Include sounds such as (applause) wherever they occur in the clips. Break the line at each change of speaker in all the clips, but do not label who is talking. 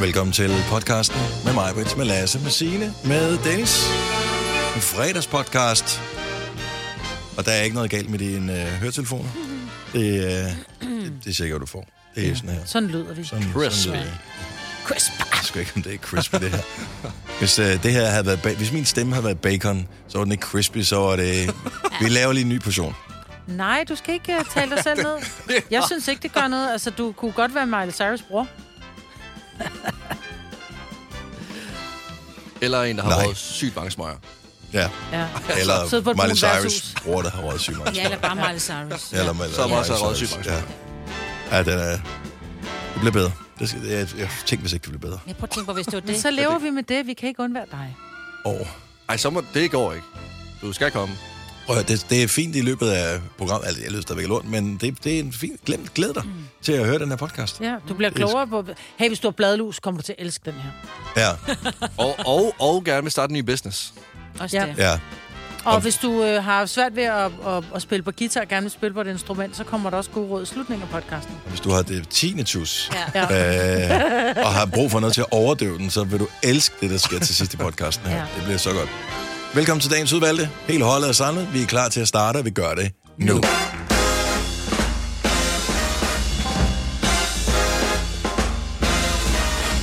Velkommen til podcasten med mig, Brits, med Lasse, med Signe, med Dennis. En fredagspodcast. Og der er ikke noget galt med dine øh, høretelefoner. Det, øh, det, det er sikkert, du får. Det er sådan her.
Sådan lyder vi.
Sådan,
Crisp.
Sådan, lyder det.
Crisp.
jeg ved sgu ikke, om det er crispy, det her. Hvis, øh, det her havde været ba- Hvis min stemme havde været bacon, så var den ikke crispy, så var
(laughs)
det... Vi laver lige en ny portion.
Nej, du skal ikke uh, tale dig selv ned. Jeg synes ikke, det gør noget. Altså, du kunne godt være Miley Cyrus' bror.
Eller en, der har
Nej.
været sygt mange smøger.
Ja.
Ja.
Eller
Sidde på et
Miley
brunt
Cyrus,
værtshus.
bror, der har røget syg mange
Ja, eller bare Miley Cyrus.
Ja, eller, eller,
Som også
eller-
er røget
Ja. ja, den er... Det bliver bedre. Det skal, jeg, jeg tænkte, hvis ikke det bliver bedre.
Jeg prøver at tænke på, hvis det var
Men
det.
så lever vi med det. Vi kan ikke undvære dig.
Og
Ej, så må det går ikke. Du skal komme.
prøv, at høre, det, det, er fint i løbet af programmet. Altså, jeg lyder stadigvæk af lort, men det, det er en fin... Glem, glæd dig mm. til at høre den her podcast.
Ja, du bliver klogere på... Hey, hvis du har bladlus, kommer du til at elske den her.
Ja,
Og, og, og gerne vil starte en ny business.
Også
Ja.
det.
ja.
Og hvis du øh, har svært ved at, at, at spille på guitar og gerne vil spille på et instrument, så kommer der også gode råd i slutningen af podcasten.
Hvis du har det tinnitus,
Ja.
Ja.
øh, og har brug for noget til at overdøve den, så vil du elske det, der sker til sidst i podcasten her.
Ja.
Det bliver så godt. Velkommen til dagens udvalgte. Hele holdet er samlet. Vi er klar til at starte, og vi gør det nu.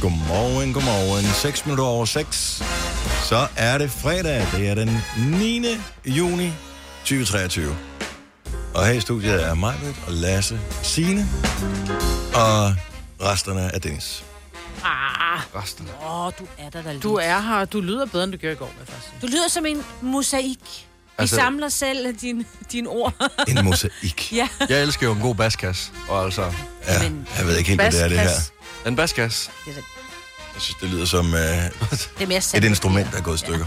Godmorgen, godmorgen. 6 minutter over 6. Så er det fredag. Det er den 9. juni 2023. Og her i studiet er Majbrit og Lasse Sine og resterne af Dennis.
Ah,
Resten.
Åh, oh, du er der da lidt.
du er her. Du lyder bedre, end du gjorde i går, vil jeg faktisk sige.
Du lyder som en mosaik. Vi
Altså-
samler selv dine din ord. (laughs)
En mosaik.
ja.
Jeg elsker jo en god baskas. Og altså,
ja,
men-
jeg ved ikke helt, hvad det er, det her.
Baskas.
en baskas.
Det er, da-
Jeg synes, det lyder som
(laughs)
øh,
det er mere sandt.
et instrument, der er gået i
(laughs)
stykker.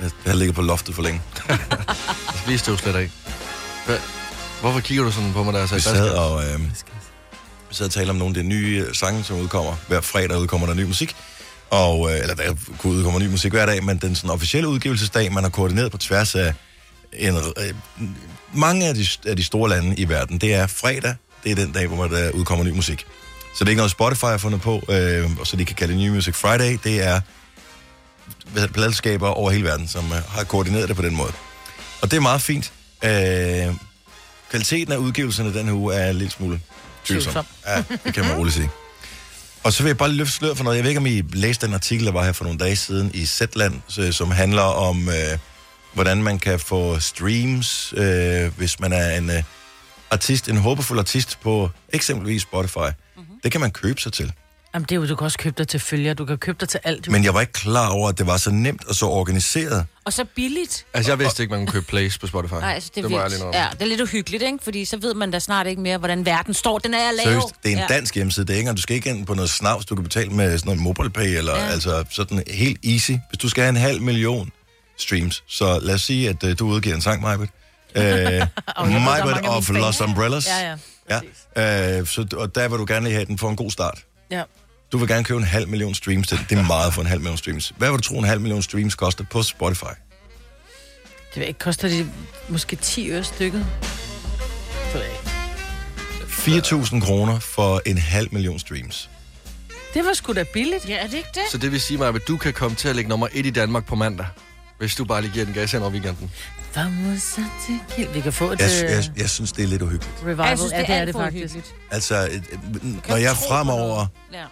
Det har ligget på loftet for længe.
Lige støv slet af. Hva? Hvorfor kigger du sådan på mig, altså, der jeg
Vi
sagde
sad
baskas?
og, øh, vi sad og talte om nogle af de nye øh, sange, som udkommer. Hver fredag udkommer der ny musik. Og, øh, eller der kunne udkomme ny musik hver dag, men den sådan, officielle udgivelsesdag, man har koordineret på tværs af en, øh, mange af de, af de store lande i verden, det er fredag. Det er den dag, hvor der udkommer ny musik. Så det er ikke noget Spotify har fundet på, øh, og så de kan kalde det New Music Friday. Det er hvad hedder det, pladselskaber over hele verden, som øh, har koordineret det på den måde. Og det er meget fint. Øh, kvaliteten af udgivelserne den her uge er en lille smule tvivlsom.
Tvivlsom.
Ja, det kan man roligt sige. Og så vil jeg bare løfte sløret for noget. Jeg ved ikke, om I læste den artikel, der var her for nogle dage siden i Zetland, så- som handler om, øh, hvordan man kan få streams, øh, hvis man er en øh, artist, en håbefuld artist på eksempelvis Spotify. Mm-hmm. Det kan man købe sig til.
Jamen, det er jo, du kan også købe dig til følger. Du kan købe dig til alt.
Men jeg var ikke klar over, at det var så nemt og så organiseret.
Og så billigt.
Altså, jeg vidste ikke, man kunne købe plays på Spotify.
Nej, altså, det, er
det må jeg lige
vildt.
indrømme.
Ja, det er lidt uhyggeligt, ikke? Fordi så ved man da snart ikke mere, hvordan verden står. Den er jeg lav.
Seriøst, det er en
ja.
dansk hjemmeside. Det er ikke, engang- du skal ikke ind på noget snavs. Du kan betale med sådan noget MobilePay, eller ja. altså sådan helt easy. Hvis du skal have en halv million streams, så lad os sige, at øh, du udgiver en sang, Majbet. Øh, Majbet
mange af
of
mine
Lost
fans.
Umbrellas.
Ja, ja,
ja. Øh, så, og der vil du gerne lige have den for en god start.
Ja.
Du vil gerne købe en halv million streams til den. Det er meget for en halv million streams. Hvad vil du tro, en halv million streams koster på Spotify?
Det ved jeg ikke. Koster det måske 10 øre stykket? Det ved jeg ikke.
4.000 kroner for en halv million streams.
Det var sgu da billigt.
Ja, er det ikke det?
Så det vil sige mig, at du kan komme til at ligge nummer et i Danmark på mandag. Hvis du bare lige giver den gas hen over weekenden.
Vamos så til Vi kan få et
Jeg,
øh,
jeg, jeg synes, det er lidt uhyggeligt.
revival.
Jeg synes, det er,
ja,
alt for uhyggeligt.
Altså, øh, øh, når
Kan
jeg
tro på
fremover...
noget.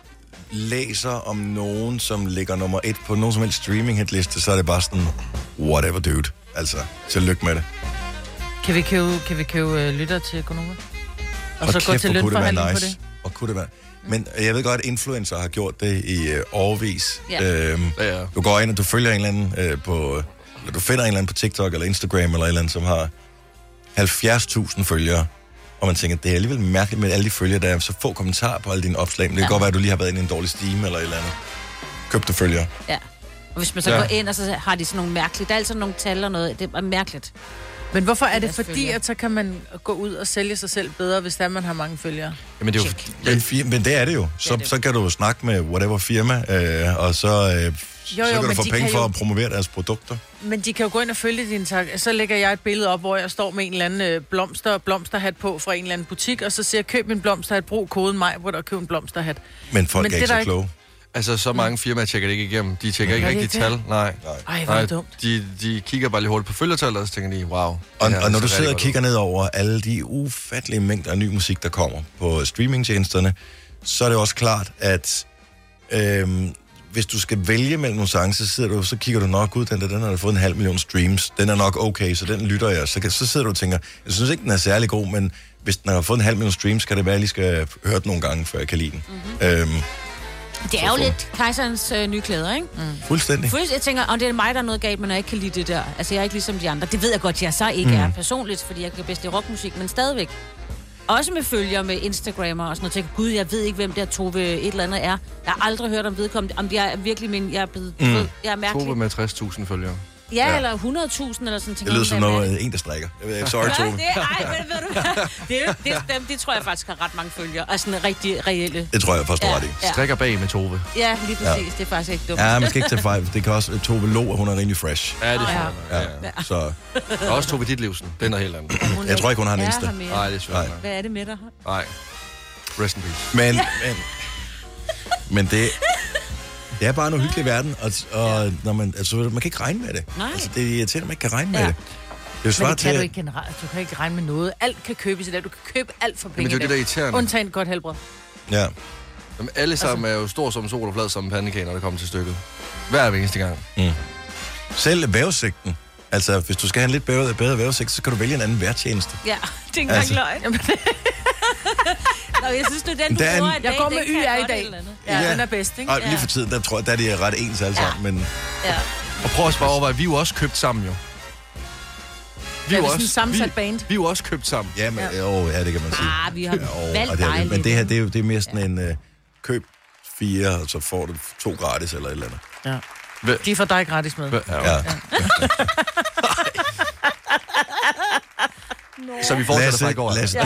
Ja.
læser om nogen, som ligger nummer et på nogen som helst streaming hitliste, så er det bare sådan, whatever dude. Altså, tillykke med det.
Kan vi købe, kan vi købe øh, lytter til Konoma? Og, så gå
kæft,
til
hvor kunne
lønforhandling
være
nice. på det?
Og kunne det være. Men jeg ved godt, at influencer har gjort det i øh, overvis.
Ja.
Øhm,
Ja, ja.
Du går ind, og du følger en eller anden øh, på... Eller du finder en eller anden på TikTok eller Instagram eller et eller andet, som har 70.000 følgere. Og man tænker, det er alligevel mærkeligt med alle de følgere, der er så få kommentarer på alle dine opslag. Men det kan ja. godt være, at du lige har været inde i en dårlig stime eller et eller andet. Købte følgere.
ja. Og hvis man så
Ja.
ja. går ind, og så har de sådan nogle mærkelige... Der er altid nogle tal og noget. Det er mærkeligt.
Men hvorfor er det
Deres
fordi,
følgere.
at så kan man gå ud og sælge sig selv bedre, hvis der man har mange følgere?
Jamen, det er jo,
Men, fir- men det er det jo. Så, så kan du jo snakke med whatever firma, øh, og så, øh, jo, jo, så kan du
men
få
de
penge
kan
for
jo-
at promovere deres produkter.
Men de kan jo gå ind og følge din tak. Så lægger jeg et billede op, hvor jeg står med en eller anden øh, blomster og blomsterhat på fra en eller anden butik, og så siger jeg, køb en blomsterhat, brug koden mig, hvor der køb en blomsterhat.
Men folk
Men
men er ikke
det er
så
der
kloge.
altså, så
Mm.
mange firmaer tjekker det ikke igennem. De tjekker ikke
Gør de
rigtig
ikke
tal. Nej.
Ej, hvor er
Nej,
det dumt.
de, de kigger bare lige hurtigt på følgertallet, og så tænker de, wow. det
Og,
her
og når
ser
du
rigtig
sidder og
godt
kigger ned over alle de ufattelige mængder af ny musik, der kommer på streamingtjenesterne, så er det også klart, at øhm, hvis du skal vælge mellem nogle sange, så, sidder du, så kigger du nok ud, den, der, den har fået en halv million streams, den er nok okay, så den lytter jeg. Så, kan- så sidder du og tænker, jeg synes ikke, den er særlig god, men hvis den har fået en halv million streams, kan det være, at jeg lige skal høre den nogle gange, før jeg kan lide den. Mm-hmm. Øhm,
Det er jo lidt kejserens øh, nye klæder, ikke? Mm.
fuldstændig.
Først, jeg tænker, om det er mig, der er noget galt, men jeg ikke kan lide det der. Altså, jeg er ikke ligesom de andre. Det ved jeg godt, jeg så ikke mm. er personligt, fordi jeg kan bedst lide rockmusik, men stadigvæk. Også med følger med Instagrammer og sådan noget. Tænker, gud, jeg ved ikke, hvem der Tove et eller andet er. Jeg har aldrig hørt om vedkommende. Om jeg er virkelig min, jeg er blevet, mm. jeg er
ud. Tove
mærkelig.
med 60.000 følgere.
Ja, eller 100.000 eller sådan. Tænker,
Det lyder
"Hvem
som
er
noget, en, der strikker. Jeg ved ikke, Sorry,
Ja,
Tove.
det, ej, men ved
(laughs)
du hvad? det, det, dem, de tror jeg faktisk har ret mange følger. Altså sådan rigtig reelle.
Det tror jeg faktisk, du har ret i.
Ja.
Strikker bag med Tove.
Ja, lige præcis. Ja. Det er faktisk ikke dumt.
Ja, man skal ikke tage fejl. Det kan også Tove Lo, og hun er rimelig fresh.
Ja, det
Åh,
er
Ja.
ja.
ja. Så
Der er også Tove Ditlevsen. Den er helt anden.
Hun
jeg tror ikke, hun har en
er
Insta.
her mere.
Nej, det er svært.
Nej.
Hvad er det med dig?
Nej. Rest in peace.
Men, men, men det, det er bare en uhyggelig verden, og, og når man, altså, man kan ikke regne med det.
Nej.
Altså, det er irriterende, at man ikke kan regne med
Ja.
det. Det er jo
Men
svaret
det
til,
kan du
at-
ikke generelt. Du kan ikke regne med noget. Alt kan købes i dag. Du kan købe alt for penge
Jamen, det er jo
i
det,
dag.
der er irriterende.
Undtagen godt helbred.
ja,
Jamen, alle sammen er jo stor som sol og flad som en pandekage, når det kommer til stykket. Hver eneste gang.
selv vævesigten. Altså, hvis du skal have en lidt bedre, bedre vævesigt, så kan du vælge en anden værtjeneste.
Ja, (laughs) det er ikke engang
Altså.
løgn. Nå, jeg synes, det er den, du
Der er en-
bruger i dag.
Jeg går med
den kan
YR
godt
i
et
dag.
eller andet.
Ja,
Ja.
den er bedst, ikke?
Og lige for tiden, der tror jeg, der er de ret ens alle
Ja.
sammen, men
Ja.
Og
(laughs)
prøv også bare at overveje, vi er jo også købt sammen, jo. Vi
Ja, det er sådan en sammensat
vi,
band.
Vi er jo også købt sammen.
ja, men, ja. Jo, ja, det kan man sige.
Ah, vi har
Jo,
valgt
og det er, det.
dejligt.
men det her, det er, jo- det er mere sådan en øh, køb fire, og så får du to gratis eller et eller andet.
Ja.
Hvem-
De får dig gratis med.
Ja,
Ja.
ja. Så vi fortsætter
Lasse,
fra i går.
Lasse,
(laughs) Ja.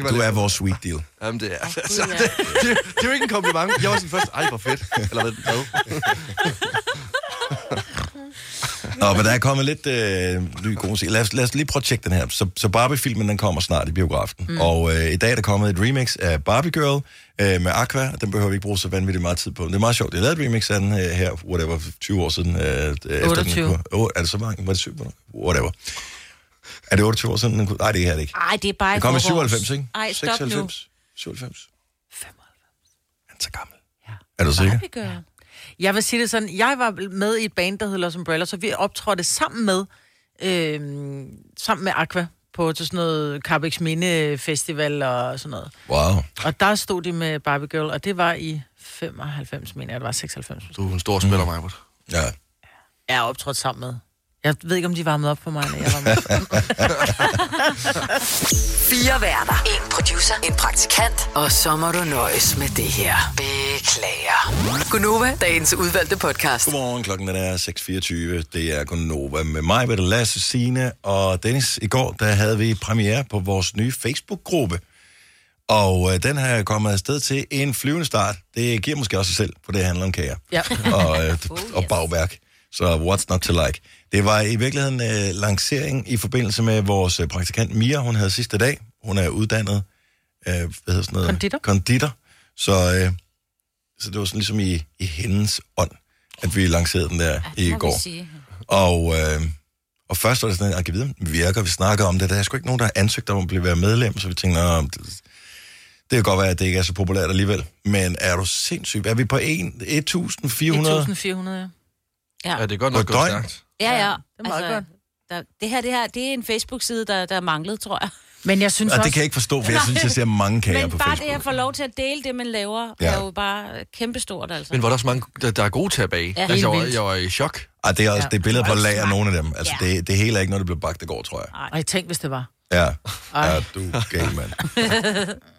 du, du, du er vores sweet deal.
Jamen, det er, altså, det, det, det, er jo ikke en kompliment. Jeg var sådan først, ej, hvor fedt. Eller hvad? hvad?
Nå, men der er kommet lidt øh, ny god musik. Lad os, lad os lige prøve at tjekke den her. Så, så Barbie-filmen, den kommer snart i biografen. Mm. Og øh, i dag er der kommet et remix af Barbie Girl øh, med Aqua. Den behøver vi ikke bruge så vanvittigt meget tid på. Det er meget sjovt. Det er lavet et remix af den øh, her, whatever, 20 år siden. Øh, øh, Efter
28.
den, oh, er det så mange? Var det 7? Whatever. Er det 28 år siden? Den kunne, nej, det er det ikke.
Ej, det er bare
Den kom i
forgårs.
97, ikke?
Ej, stop
96, 97.
95.
Han er så gammel. Er du sikker?
nu. Vi gør.
Jeg vil sige det sådan, jeg var med i et band, der hed Los Umbrella, så vi optrådte sammen med, øh, sammen med Aqua på til sådan noget Carbex Minde Festival og sådan noget.
Wow.
Og der stod de med Barbie Girl, og det var i 95, mener jeg, det var 96.
Du er en stor spiller, Majbert.
Ja.
Jeg er optrådt sammen med. Jeg ved ikke, om de varmede op på mig, eller jeg var med.
(laughs)
Fire værter. En producer. En praktikant. Og så må du nøjes med det her. Beklager. Gunova, dagens udvalgte podcast.
Godmorgen, klokken den er 6.24. Det er Gunnova med mig, med Lasse, Signe og Dennis. I går der havde vi premiere på vores nye Facebook-gruppe, og øh, den har jeg kommet afsted til en flyvende start. Det giver måske også sig selv, for det handler om kager
Ja.
(laughs) og, øh,
Oh,
og bagværk. Så what's not to like? Det var i virkeligheden øh, lancering i forbindelse med vores øh, praktikant Mia. Hun havde sidste dag. Hun er uddannet øh, hvad hedder sådan noget?
Konditor.
konditor. Så, øh, så det var sådan ligesom i, i hendes ånd, at vi lancerede den der i
Må vi
går.
sige.
Og, øh, og først var det sådan, at jeg kan vide, om den virker, vi snakker om det. Der er sgu ikke nogen, der har ansøgt om at blive være medlem, så vi tænkte, Nå, det, det kan godt være, at det ikke er så populært alligevel. Men er du sindssyg? Er vi på en- 1400?
1400, ja.
Ja.
Ja, det er godt
På
nok
et døgn?
godt stærkt.
Ja, ja.
er meget godt.
Der, det her, det her, det er en Facebook-side, der, der manglede, tror jeg.
Men jeg synes
Og
også...
det kan jeg ikke forstå, for jeg synes, jeg ser mange kager
Men
på
bare det,
Facebook.
at få lov til at dele det, man laver,
Ja.
ja. er jo bare kæmpestort, altså.
Men hvor er der også mange, der, der er gode til at bage. Ja, altså, jeg, var,
vildt.
jeg var i chok.
Ej, det er også
Ja.
det er billeder på lag af nogle af dem. Altså,
Ja.
det, det hele er ikke noget, der bliver bagt i går, tror jeg.
Og jeg tænkte, hvis det var.
Ja, ja du er gal, mand.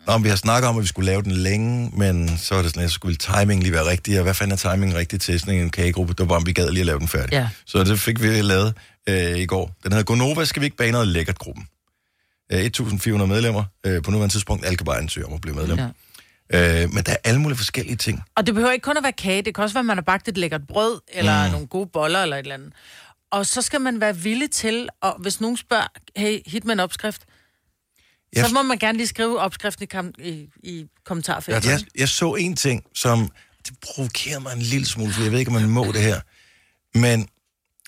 Nå, men vi har snakket om, at vi skulle lave den længe, men så var det sådan, at så skulle timingen lige være rigtig, og hvad fanden er timingen rigtig til sådan en kagegruppe? Det var bare, om vi gad lige at lave den færdig.
Ja.
Så det fik vi lavet øh, i går. Den hedder Gonova, skal vi ikke bage noget lækkert gruppen. Øh, 1.400 medlemmer. Øh, på nuværende tidspunkt, alle kan bare ansøge om at blive medlem. Ja. Øh, men der er alle mulige forskellige ting.
Og det behøver ikke kun at være kage, det kan også være, at man har bagt et lækkert brød, eller mm. nogle gode boller, eller et eller andet. Og så skal man være villig til, og hvis nogen spørger, hey, hit med en opskrift,
Jeg-
yes. så må man gerne lige skrive opskriften i, kom- i, i kommentarfeltet.
Jeg, jeg så en ting, som det provokerer mig en lille smule, for jeg ved ikke, om man må det her. Men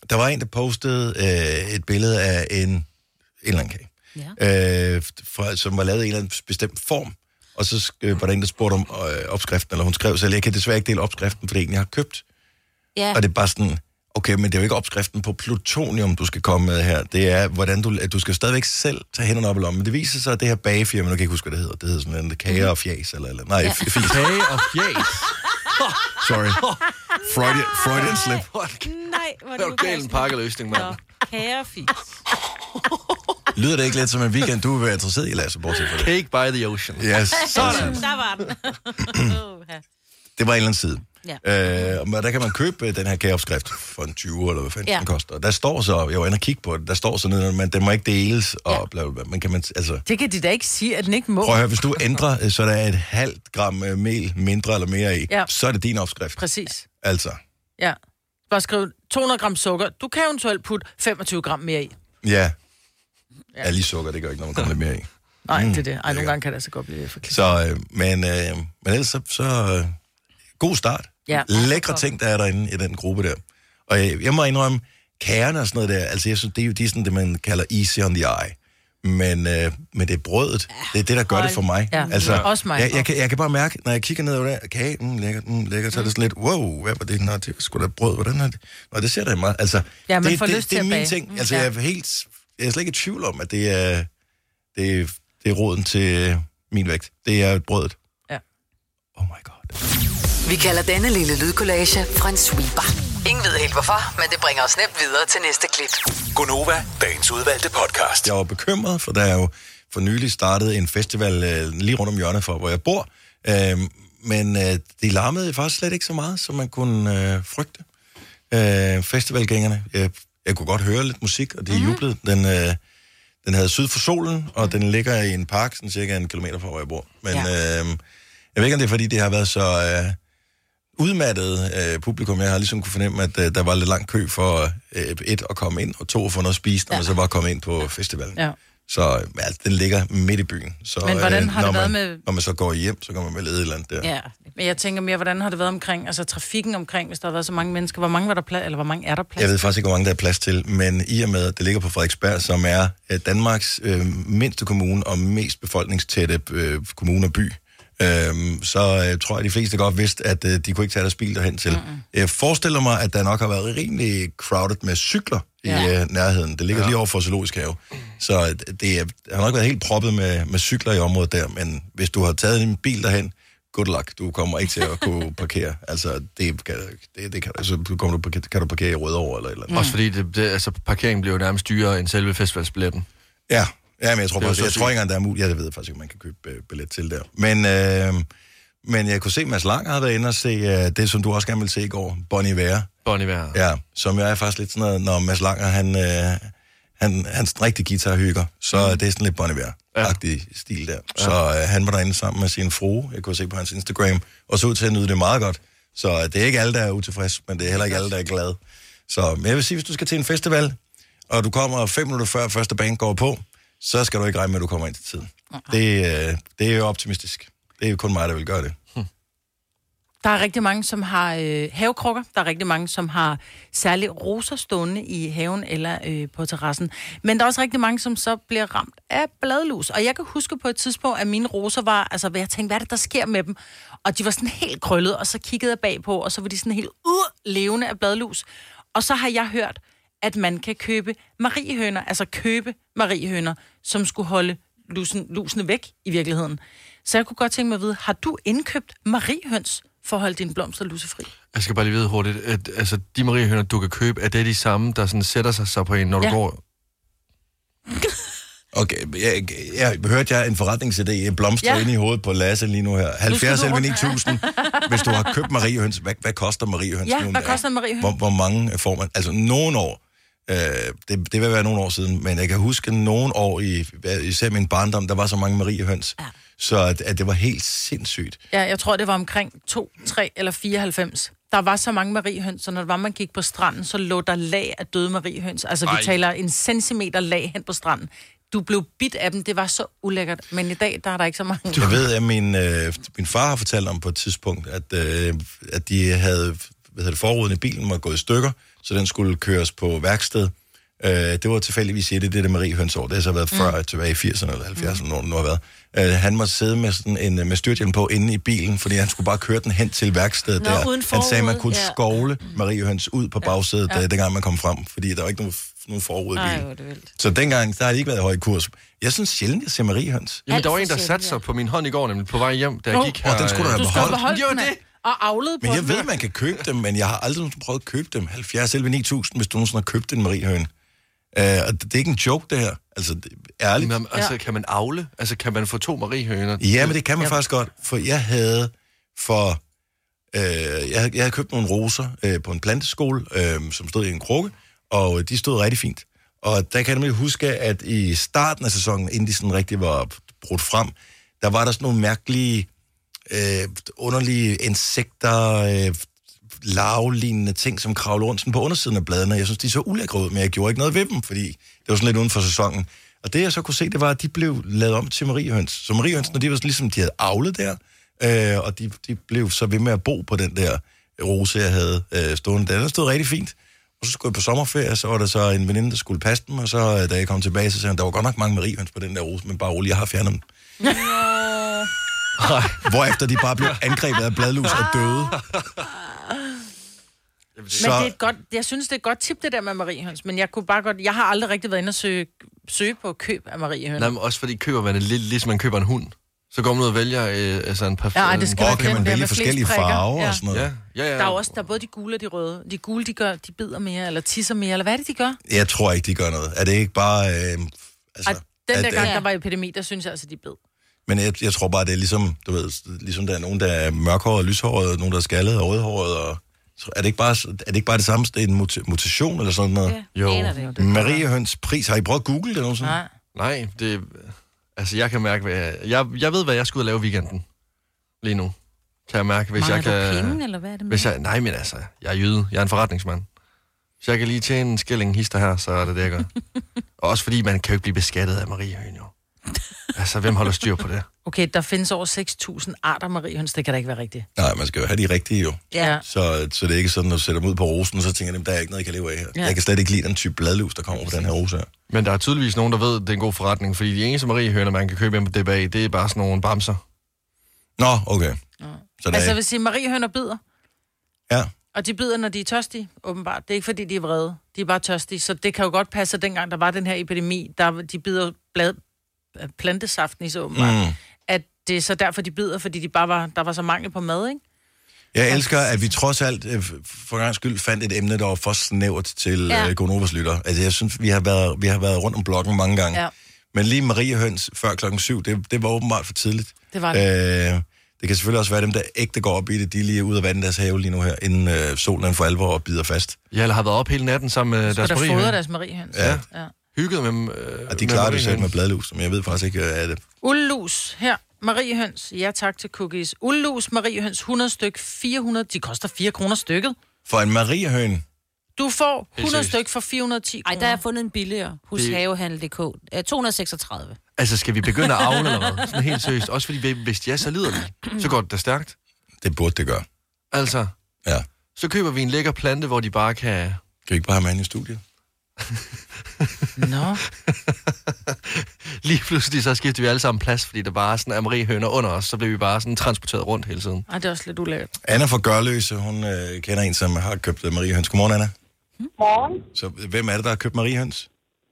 der var en, der postede øh, et billede af en, en eller anden kage, ja. øh, fra, som var lavet i en eller anden bestemt form. Og så øh, var der en, der spurgte om øh, opskriften, eller hun skrev selv, jeg kan desværre ikke dele opskriften, fordi det er en, jeg har købt.
Ja.
Og det er bare sådan, okay, men det er jo ikke opskriften på plutonium, du skal komme med her. Det er, hvordan du, at du skal stadigvæk selv tage hænderne op i lommen. Men det viser sig, at det her bagefirma, nu kan jeg ikke huske, hvad det hedder. Det hedder sådan en kager og fjas, eller, eller nej, Mhm. ja. fis.
Kage og fjæs.
Sorry. Freudian, Freudian slip.
Nej, hvor er
Det er jo galt en pakkeløsning, mand.
Kære fis.
Lyder det ikke lidt som en weekend, du vil være interesseret i, Lasse, bortset fra det?
Cake by the ocean.
Yes.
Sådan. Der var den. Uha.
Det var en eller anden side.
Ja.
Ja. Øh, men der kan man købe øh, den her kageopskrift for en 20 eller hvad fanden ja.
Ja.
den koster. Der står så, jeg var inde og kigge på det, der står så nede, men den må ikke deles, og ja.
Ja.
bla, bla, bla. Men kan man, altså,
Det kan de da ikke sige, at den ikke må.
prøv at høre, hvis du ændrer, øh, så der er et halvt gram øh, mel mindre eller mere i, ja.
Ja.
så er det din opskrift.
Præcis.
Altså,
Ja. Bare skriv 200 gram sukker. Du kan eventuelt putte 25 gram mere i.
ja. Ja, lige sukker, det gør ikke, når man kommer lidt mere i.
Nej, mm, det er det. Ej, nogle gange kan det altså godt blive forkert.
Så, øh, men, øh, men ellers så, så øh, god start.
Ja.
Lækre ting, der er derinde i den gruppe der. Og jeg, jeg må indrømme, kagerne og sådan noget der, altså jeg synes, det er jo de er sådan det, man kalder easy on the eye. Men, øh, men det er brødet, det er det, der gør det for mig.
Ja,
Altså,
også mig.
Jeg, jeg, kan, jeg kan bare mærke, når jeg kigger ned over der, kage, mm, lækker, mm, lækker, så er det sådan lidt, wow, hvad var det? Nå, det er sgu da brød, hvordan er det? Nå, det ser da meget. Altså,
Ja, man
det,
får
det, det,
lyst til
er
at
min
bage.
ting.
Mm,
Altså,
ja.
jeg, er helt, jeg er slet ikke i tvivl om, at det er, det er, det er roden til øh, min vægt. Det er brødet.
Ja.
Oh my god.
Vi kalder denne lille lydkollage en sweeper. Ingen ved helt hvorfor, men det bringer os nemt videre til næste klip.
Gunova, dagens udvalgte podcast.
Altså, Jeg var bekymret, for der er jo for nylig startet en festival øh, lige rundt om hjørnet for, hvor jeg bor. Øh, men øh, det larmede faktisk slet ikke så meget, som man kunne øh, frygte. Øh, festivalgængerne. Jeg, jeg kunne godt høre lidt musik, og de
Mhm.
mm-hmm. jublede. Den, øh, den havde syd for solen, og den ligger i en park, sådan cirka en kilometer fra, hvor jeg bor. Men ja. øh, jeg ved ikke, om det er, fordi det har været så... Øh, udmattet øh, publikum. Jeg har ligesom kunne fornemme, at øh, der var lidt lang kø for øh, et at komme ind, og to at få noget at spise, når man så var kommet ind på festivalen.
Ja.
Så øh, men altså, den ligger midt i byen. Så, øh,
Men hvordan har
når,
det været
man,
med-
når man så går hjem, så kommer man vel et eller andet der.
Ja.
Men jeg tænker mere, hvordan har det været omkring, altså trafikken omkring, hvis der har været så mange mennesker, hvor mange var der plads, eller hvor mange er der plads?
Jeg ved faktisk ikke, hvor mange der er plads til, men i og med, at det ligger på Frederiksberg, som er øh, Danmarks øh, mindste kommune og mest befolkningstætte øh, kommune og by, øh, så øh, tror jeg, de fleste godt vidste, at øh, de kunne ikke tage deres bil derhen til. Mm-hmm. Jeg forestiller mig, at der nok har været rimelig crowded med cykler i ja. øh, nærheden. Det ligger ja. lige over for Zoologisk Have. Så øh, det er, har nok været helt proppet med, med cykler i området der, men hvis du har taget din bil derhen, good luck, du kommer ikke til at
(laughs)
kunne parkere. Altså, det kan, det, det kan, altså, du kommer du parkere, kan du parkere i Rødovre eller et eller andet.
Også fordi det, det, altså, parkeringen bliver jo nærmest dyrere end selve festivalsbilletten.
Ja, ja men jeg tror,
Mm. Det er jo
faktisk,
så
jeg tror ikke engang, der er muligt. Ja, det ved jeg faktisk ikke, om man kan købe øh, billet til der. Men, øh, men jeg kunne se, at Mads Lang havde været inde og se øh, det, som du også gerne ville se i går, Bon Iver.
Bon Iver.
Ja, som jeg er faktisk lidt sådan noget, når Mads Langer, han, øh, han, han rigtig guitarhygger, så mm. det er sådan lidt Bon Iver-agtig ja. stil der. Ja. Så øh, han var derinde sammen med sin frue, jeg kunne se på hans Instagram, og så ud til at nyde det meget godt. Så øh, det er ikke alle, der er utilfredse, men det er heller ikke alle, der er glade. Så men jeg vil sige, hvis du skal til en festival, og du kommer fem minutter før første band går på, så skal du ikke regne med, at du kommer ind til tiden. Det, øh, det er jo optimistisk. Det er jo kun mig, der vil gøre det.
Der er rigtig mange, som har øh, havekrukker. Der er rigtig mange, som har særligt roser stående i haven eller øh, på terrassen. Men der er også rigtig mange, som så bliver ramt af bladlus. Og jeg kan huske på et tidspunkt, at mine roser var... Altså, hvad jeg tænkte, hvad er det, der sker med dem? Og de var sådan helt krøllede, og så kiggede jeg bagpå, og så var de sådan helt uh, levende af bladlus. Og så har jeg hørt, at man kan købe mariehøner, altså købe mariehøner, som skulle holde lusen, lusene væk i virkeligheden. Så jeg kunne godt tænke mig at vide, har du indkøbt mariehøns for at holde dine blomster lusefri?
Jeg skal bare lige vide hurtigt, at altså, de mariehøner, du kan købe, er det de samme, der sådan sætter sig så på en, når du
Ja.
går?
Okay, jeg, jeg, jeg hørte jeg en forretningsidé blomstre ja.
Ja.
ind i hovedet på Lasse lige nu her.
Nu skal
70
du
selv
rundt.
9000. Hvis du har købt mariehøns, hvad, hvad koster mariehøns
Ja,
nu? om
hvad
dagen?
koster en mariehøns?
Hvor, hvor mange får man? Altså, nogle år, øh, det, det vil være nogle år siden, men jeg kan huske nogle år, i, især min barndom, der var så mange mariehøns. Ja. Så at, at det var helt sindssygt.
Ja, jeg tror, det var omkring 2, 3 eller 94. Der var så mange mariehøns, så når det var, man gik på stranden, så lå der lag af døde mariehøns. Altså,
Ej.
vi taler en centimeter lag hen på stranden. Du blev bidt af dem, det var så ulækkert. Men i dag, der er der ikke så mange.
Jeg ved, at min, øh, min far har fortalt om på et tidspunkt, at, øh, at de havde, hvad hedder det, forruden i bilen var gået i stykker, så den skulle køres på værksted. Øh, det var tilfældigvis i det, det der Marie Hønsår. Det har så været mm. før, tilbage i 80'erne eller
Mm.
70'erne, når den nu har været. Øh, han måtte sidde med, sådan en, øh, med styrthjelm på inde i bilen, fordi han skulle bare køre den hen til værkstedet
Nå,
der.
uden
Han sagde, at man
forrude,
kunne
ja.
skovle Marie Høns ud på bagsædet, ja. dengang man kom frem, fordi der var ikke nogen, nogen forrude i
Ej,
bilen.
hvor er det vildt.
Så dengang, der har de ikke været i høj kurs. Jeg synes sjældent, jeg ser Marie Høns.
Jamen, der var
Alt
en, der
for
satte sig
sjældent,
på min hånd i går, nemlig på vej hjem, da jeg
Nå,
gik
åh,
her.
den skulle du have
øh,
Du skal
Behold-
beholde
Jo,
den,
det-
og avlede på
Men jeg
den.
ved, man kan købe dem, men jeg har aldrig nogensinde prøvet at købe dem. 70 11 9000, hvis du nogensinde har købt en mariehøne. Øh, og det, det er ikke en joke, det her. Altså, det, ærligt.
Jamen, altså, kan man avle? Altså, kan man få to mariehøner?
Ja, men det kan man faktisk godt, for jeg havde for... Øh, jeg, havde- jeg havde købt nogle roser øh, på en planteskole, øh, som stod i en krukke, og øh, de stod rigtig fint. Og der kan jeg nemlig huske, at i starten af sæsonen, inden de sådan rigtig var brudt frem, der var der sådan nogle mærkelige, øh, underlige insekter, øh, larvelignende ting, som kravler rundt sådan på undersiden af bladene. Jeg synes, de så ulækre ud, men jeg gjorde ikke noget ved dem, fordi det var sådan lidt uden for sæsonen. Og det, jeg så kunne se, det var, at de blev lavet om til mariehøns. Så mariehønsene, de var sådan ligesom, de havde avlet der, øh, og de, de blev så ved med at bo på den der rose, jeg havde øh, stående. Den stod rigtig fint. Og så skulle jeg på sommerferie, og så var der så en veninde, der skulle passe dem, og så, øh, da jeg kom tilbage, så sagde hun, der var godt nok mange mariehøns på den der rose, men bare rolig, jeg har fjernet dem. Hvorefter de bare blev angrebet af bladlus og døde.
Ah. Men det er et godt, jeg synes, det er et godt tip, det der med mariehøns. Men jeg kunne bare godt... Jeg har aldrig rigtig været inde og søge, søge på køb af mariehøns.
Nej, men også fordi køber man det lidt, ligesom man køber en hund. Så går man ud og vælger øh, altså en parfum.
Ja, ej, det skal
Og
man
kan
glemme,
man
det er
vælge
med flest
forskellige
prikker.
farver
Ja.
og sådan noget.
Ja, ja, ja.
Der er jo også der er både de gule og de røde. De gule, de, gør, de bider mere, eller tisser mere, eller hvad er det, de gør?
Jeg tror ikke, de gør noget. Er det ikke bare... Øh, altså,
Ej, den der
at,
gang,
at,
der var epidemi, der synes jeg altså, de bed.
men jeg, jeg tror bare, det er ligesom, du ved, ligesom der er nogen, der er mørkhåret og lyshåret, og nogen, der er skaldet og rødhåret. Og, så er, det ikke bare, er det ikke bare det samme? Det er en mut- mutation eller sådan noget?
Ja, jo. Aner det.
Ja. Marie Høns pris. Har I prøvet at google det? Nogen sådan?
Nej.
Nej, det... Altså, jeg kan mærke, hvad jeg... Jeg, jeg ved, hvad jeg skal ud og lave i weekenden. Lige nu. Kan jeg mærke, hvis
Mangler
jeg kan...
du penge, eller hvad er det med?
Hvis jeg, nej, men altså, jeg er jyde. Jeg er en forretningsmand. Hvis jeg kan lige tjene en skilling hister her, så er det det, jeg gør.
(laughs)
og også fordi man kan jo ikke blive beskattet af Marie Høen, jo. Altså, hvem holder styr på det?
Okay, der findes over 6.000 arter mariehøns, det kan da ikke være rigtigt.
Nej, man skal jo have de rigtige jo.
Ja.
Så, så det er ikke sådan, at du sætter dem ud på rosen, og så tænker jeg, der er ikke noget, jeg kan leve af her. Ja.
Ja.
Jeg kan slet ikke lide den type bladlus, der kommer på den her rose her.
Men der er tydeligvis nogen, der ved, at det er en god forretning, fordi de eneste Marie Høner, man kan købe ind på DBA, det er bare sådan nogle bamser.
Nå, okay. Så der,
Altså, jeg
altså,
vil sige, mariehøner bider,
ja.
og de bider, når de er tørstige, åbenbart. Det er ikke, fordi de er vrede. De er bare tørstige, så det kan jo godt passe, at dengang der var den her epidemi, der de bider blad, plantesaften i så åbenbart. Mm. At det er så derfor, de bider, fordi de bare var, der var så mangel på mad, ikke?
Jeg elsker, at vi trods alt øh, for en gangs skyld fandt et emne, der var for snævert til ja.
Ja.
øh, Gonovas lytter. Altså, jeg synes, vi har været, vi har været rundt om blokken mange gange. Ja.
Ja.
Men lige Marie Høns før klokken syv, det, det var åbenbart for tidligt.
Det var
det. Øh, det kan selvfølgelig også være, at dem, der ægte går op i det, de er lige ude af vand deres have lige nu her, inden øh, solen for alvor og bider fast.
Ja, eller har været op hele natten sammen med
Og
deres
der
Marie
fodrer
Høne.
deres mariehøns.
Ja.
ja.
Hygget med øh,
Og de klarer
med
det selv
Mariehønen.
med bladlus, men jeg ved faktisk ikke, øh, er det
Ullus her. Mariehøns. Ja, tak til cookies. Ullus Mariehøns 100 styk 400. De koster 4 kroner stykket.
For en Marie Høn,
Du får
Helt
100
seriøst.
styk for 410
Ej,
kroner.
der er fundet en billigere hos
Det-
havehandel.dk. Øh, 236.
Altså, skal vi begynde at avle eller hvad? Sådan helt seriøst. Også fordi, hvis ja, så lider vi. Så går det da stærkt.
det burde det gøre.
Altså,
Ja.
så køber vi en lækker plante, hvor de bare kan...
Kan vi ikke bare have mand i studiet?
Nå.
Lige pludselig så skifter vi alle sammen plads, fordi der bare sådan er Marie Høner under os, så bliver vi bare sådan transporteret rundt hele tiden.
Ej, det er også lidt ulækkert.
Anna fra Gørløse, hun øh, kender en, som har købt øh, Marie Høns. Godmorgen, Anna.
Morgen.
Så øh, hvem er det, der har købt Marie Høns?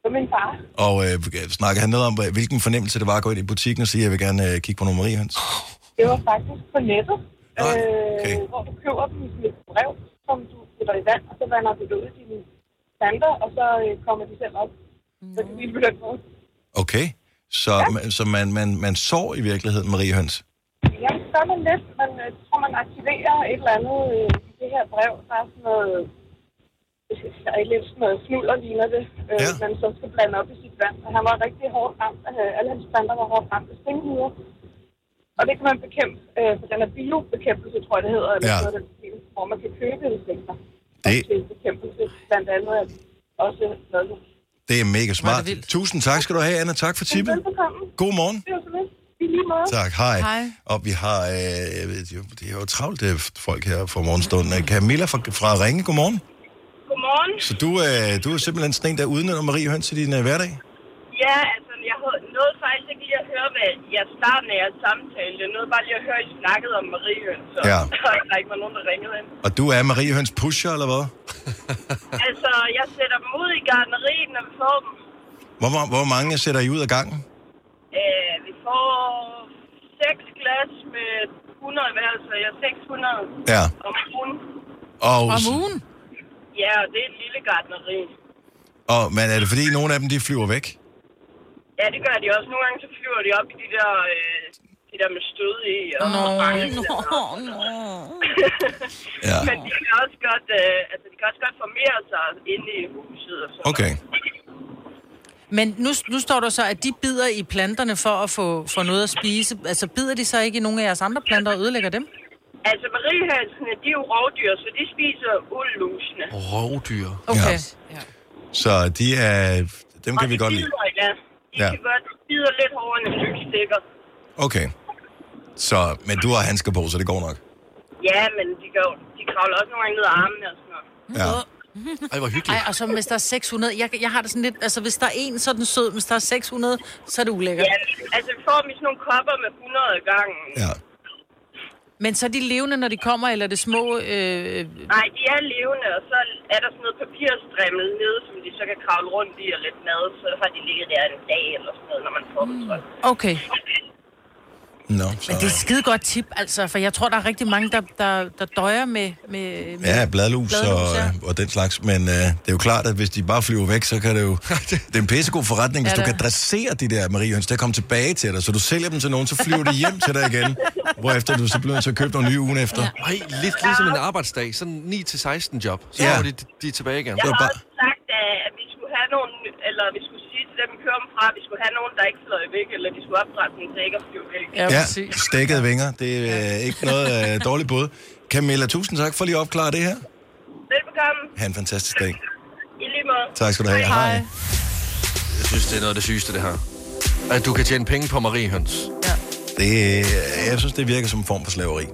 Det er min far.
Og øh, snakker han noget om, hvad- hvilken fornemmelse det var at gå ind i butikken og sige, at jeg vil gerne øh, kigge på nogle mariehøns?
Det var faktisk på nettet,
Nå,
øh,
okay.
hvor du køber dem i sådan et brev, som du putter i vand, og så vander du det ud i dine planter, og så øh, kommer de selv op. Så kan de begynde på.
Okay. Så, ja. man, så man, man, man sår i virkeligheden Marie Høns.
Ja, det gør man lidt. Man øh, tror, man aktiverer et eller andet øh, i det her brev. Der er sådan noget, der er lidt sådan noget snulder, ligner det, øh,
Ja.
ja. man så skal blande op i sit vand. Og han var rigtig hårdt ramt. Øh, alle hans planter var hårdt ramt af stenhuder. Og det kan man bekæmpe øh, på den her biobekæmpelse, tror jeg det hedder, eller
Ja.
ja. noget, af den stil, hvor man kan købe insekter.
Det,
til bekæmpelse, blandt andet at også noget.
det er mega smart.
vildt.
Tusind tak skal du have, Anna. Tak for tippet.
Velkommen.
God morgen.
Det var så lidt. I lige måde.
Tak, hej.
Hej.
Og vi har, øh, jeg ved, det er jo- det er jo travlt øh, folk her fra morgenstunden. Øh, Camilla fra, fra Ringe, godmorgen.
Godmorgen.
Så du, øh, du er simpelthen sådan en, der udnytter Marie Høns i din øh, hverdag?
Ja, altså, jeg havde- nåede faktisk ikke lige at høre, hvad jeg starten af jeres samtale. Jeg nåede bare lige at høre, at I snakkede om Marie Høns, så
Ja.
(laughs) ja. der ikke var nogen, der ringede ind.
Og du er Marie Høns pusher, eller hvad?
Altså, jeg sætter dem ud i gardneriet, når vi får dem.
Hvor, hvor, hvor mange sætter I ud af gangen?
Øh, vi får seks glas med 100 hver, så jeg er 600
Ja.
om ugen.
Og,
Om ugen?
Ja, og det er et lille gardneri.
og, men er det fordi, nogle af dem de flyver væk?
Ja, det gør de også. Nogle gange så flyver de op i de der, øh, de der med stød i. Og
Nå,
(laughs)
fangelser.
Nå, nå.
Ja.
Men de kan også godt, øh, altså, de kan også godt formere sig inde i huset. Og sådan
Okay.
Men nu, nu står der så, at de bider i planterne for at få for noget at spise. Altså, bider de så ikke i nogle af jeres andre planter og ødelægger dem?
noget. Altså, mariehalsene, de er jo rovdyr, så de spiser uldlusene.
Rovdyr.
Okay.
Ja.
Så de er, dem kan vi godt lide.
Ja. De
Ja.
ja. kan godt bide lidt hårdere end en lykstikker.
Okay. Så, men du har handsker på, så det går nok.
Ja, men de, gør, de kravler også nogle gange ned af armene og sådan noget.
Ja.
Ej, hvor hyggeligt.
Ej, og så hvis der er 600, jeg, jeg har det sådan lidt, altså hvis der er en, så er den sød, hvis der er 600, så er det ulækkert.
Ja, altså, vi får dem i sådan nogle kopper med 100 af gangen. Ja.
Ja.
Men så er de levende, når de kommer, eller er det små... Øh,
Nej, de er levende, og så er der sådan noget papirstrimmel nede, som de så kan kravle rundt i og lidt mad. Så har de ligget der en dag eller sådan noget, når man får dem, tror jeg.
okay.
Nå,
Men det er et
så.
skide godt tip, altså, for jeg tror, der er rigtig mange, der, der, der døjer med... med, med
Ja, bladlus,
Bladlus,
og,
ja.
og den slags. Men øh, det er jo klart, at hvis de bare flyver væk, så kan det
(laughs)
jo... Det er en pissegod forretning, hvis
Ja,
du
det er.
kan dressere de der mariehøns, der kommer tilbage til dig. Så du sælger dem til nogen, så flyver de hjem til dig
(laughs)
igen. Hvorefter du så bliver nødt til at købe nogle nye ugen efter.
Ej, lidt ligesom en arbejdsdag. Sådan 9-16 job. Så
Ja.
ja. de, de er tilbage igen.
Jeg
var
har
bare-
også sagt, at at vi skulle have nogen, eller vi skulle sige til dem, vi kører dem fra, at vi skulle have nogen, der ikke fløj væk, eller de skulle opdrætte dem, så ikke at flyve væk.
ja,
Ja,
præcis.
stækkede vinger. Det er øh, ikke noget øh, dårligt bud. Camilla, tusind tak for lige at opklare det her.
Velbekomme.
Ha' en fantastisk dag.
I lige måde.
Tak skal du have.
Hej.
Jeg synes, det er noget af det sygeste, det her. At du kan tjene penge på mariehøns.
Det, øh, jeg synes, det virker som en form for slaveri.
Der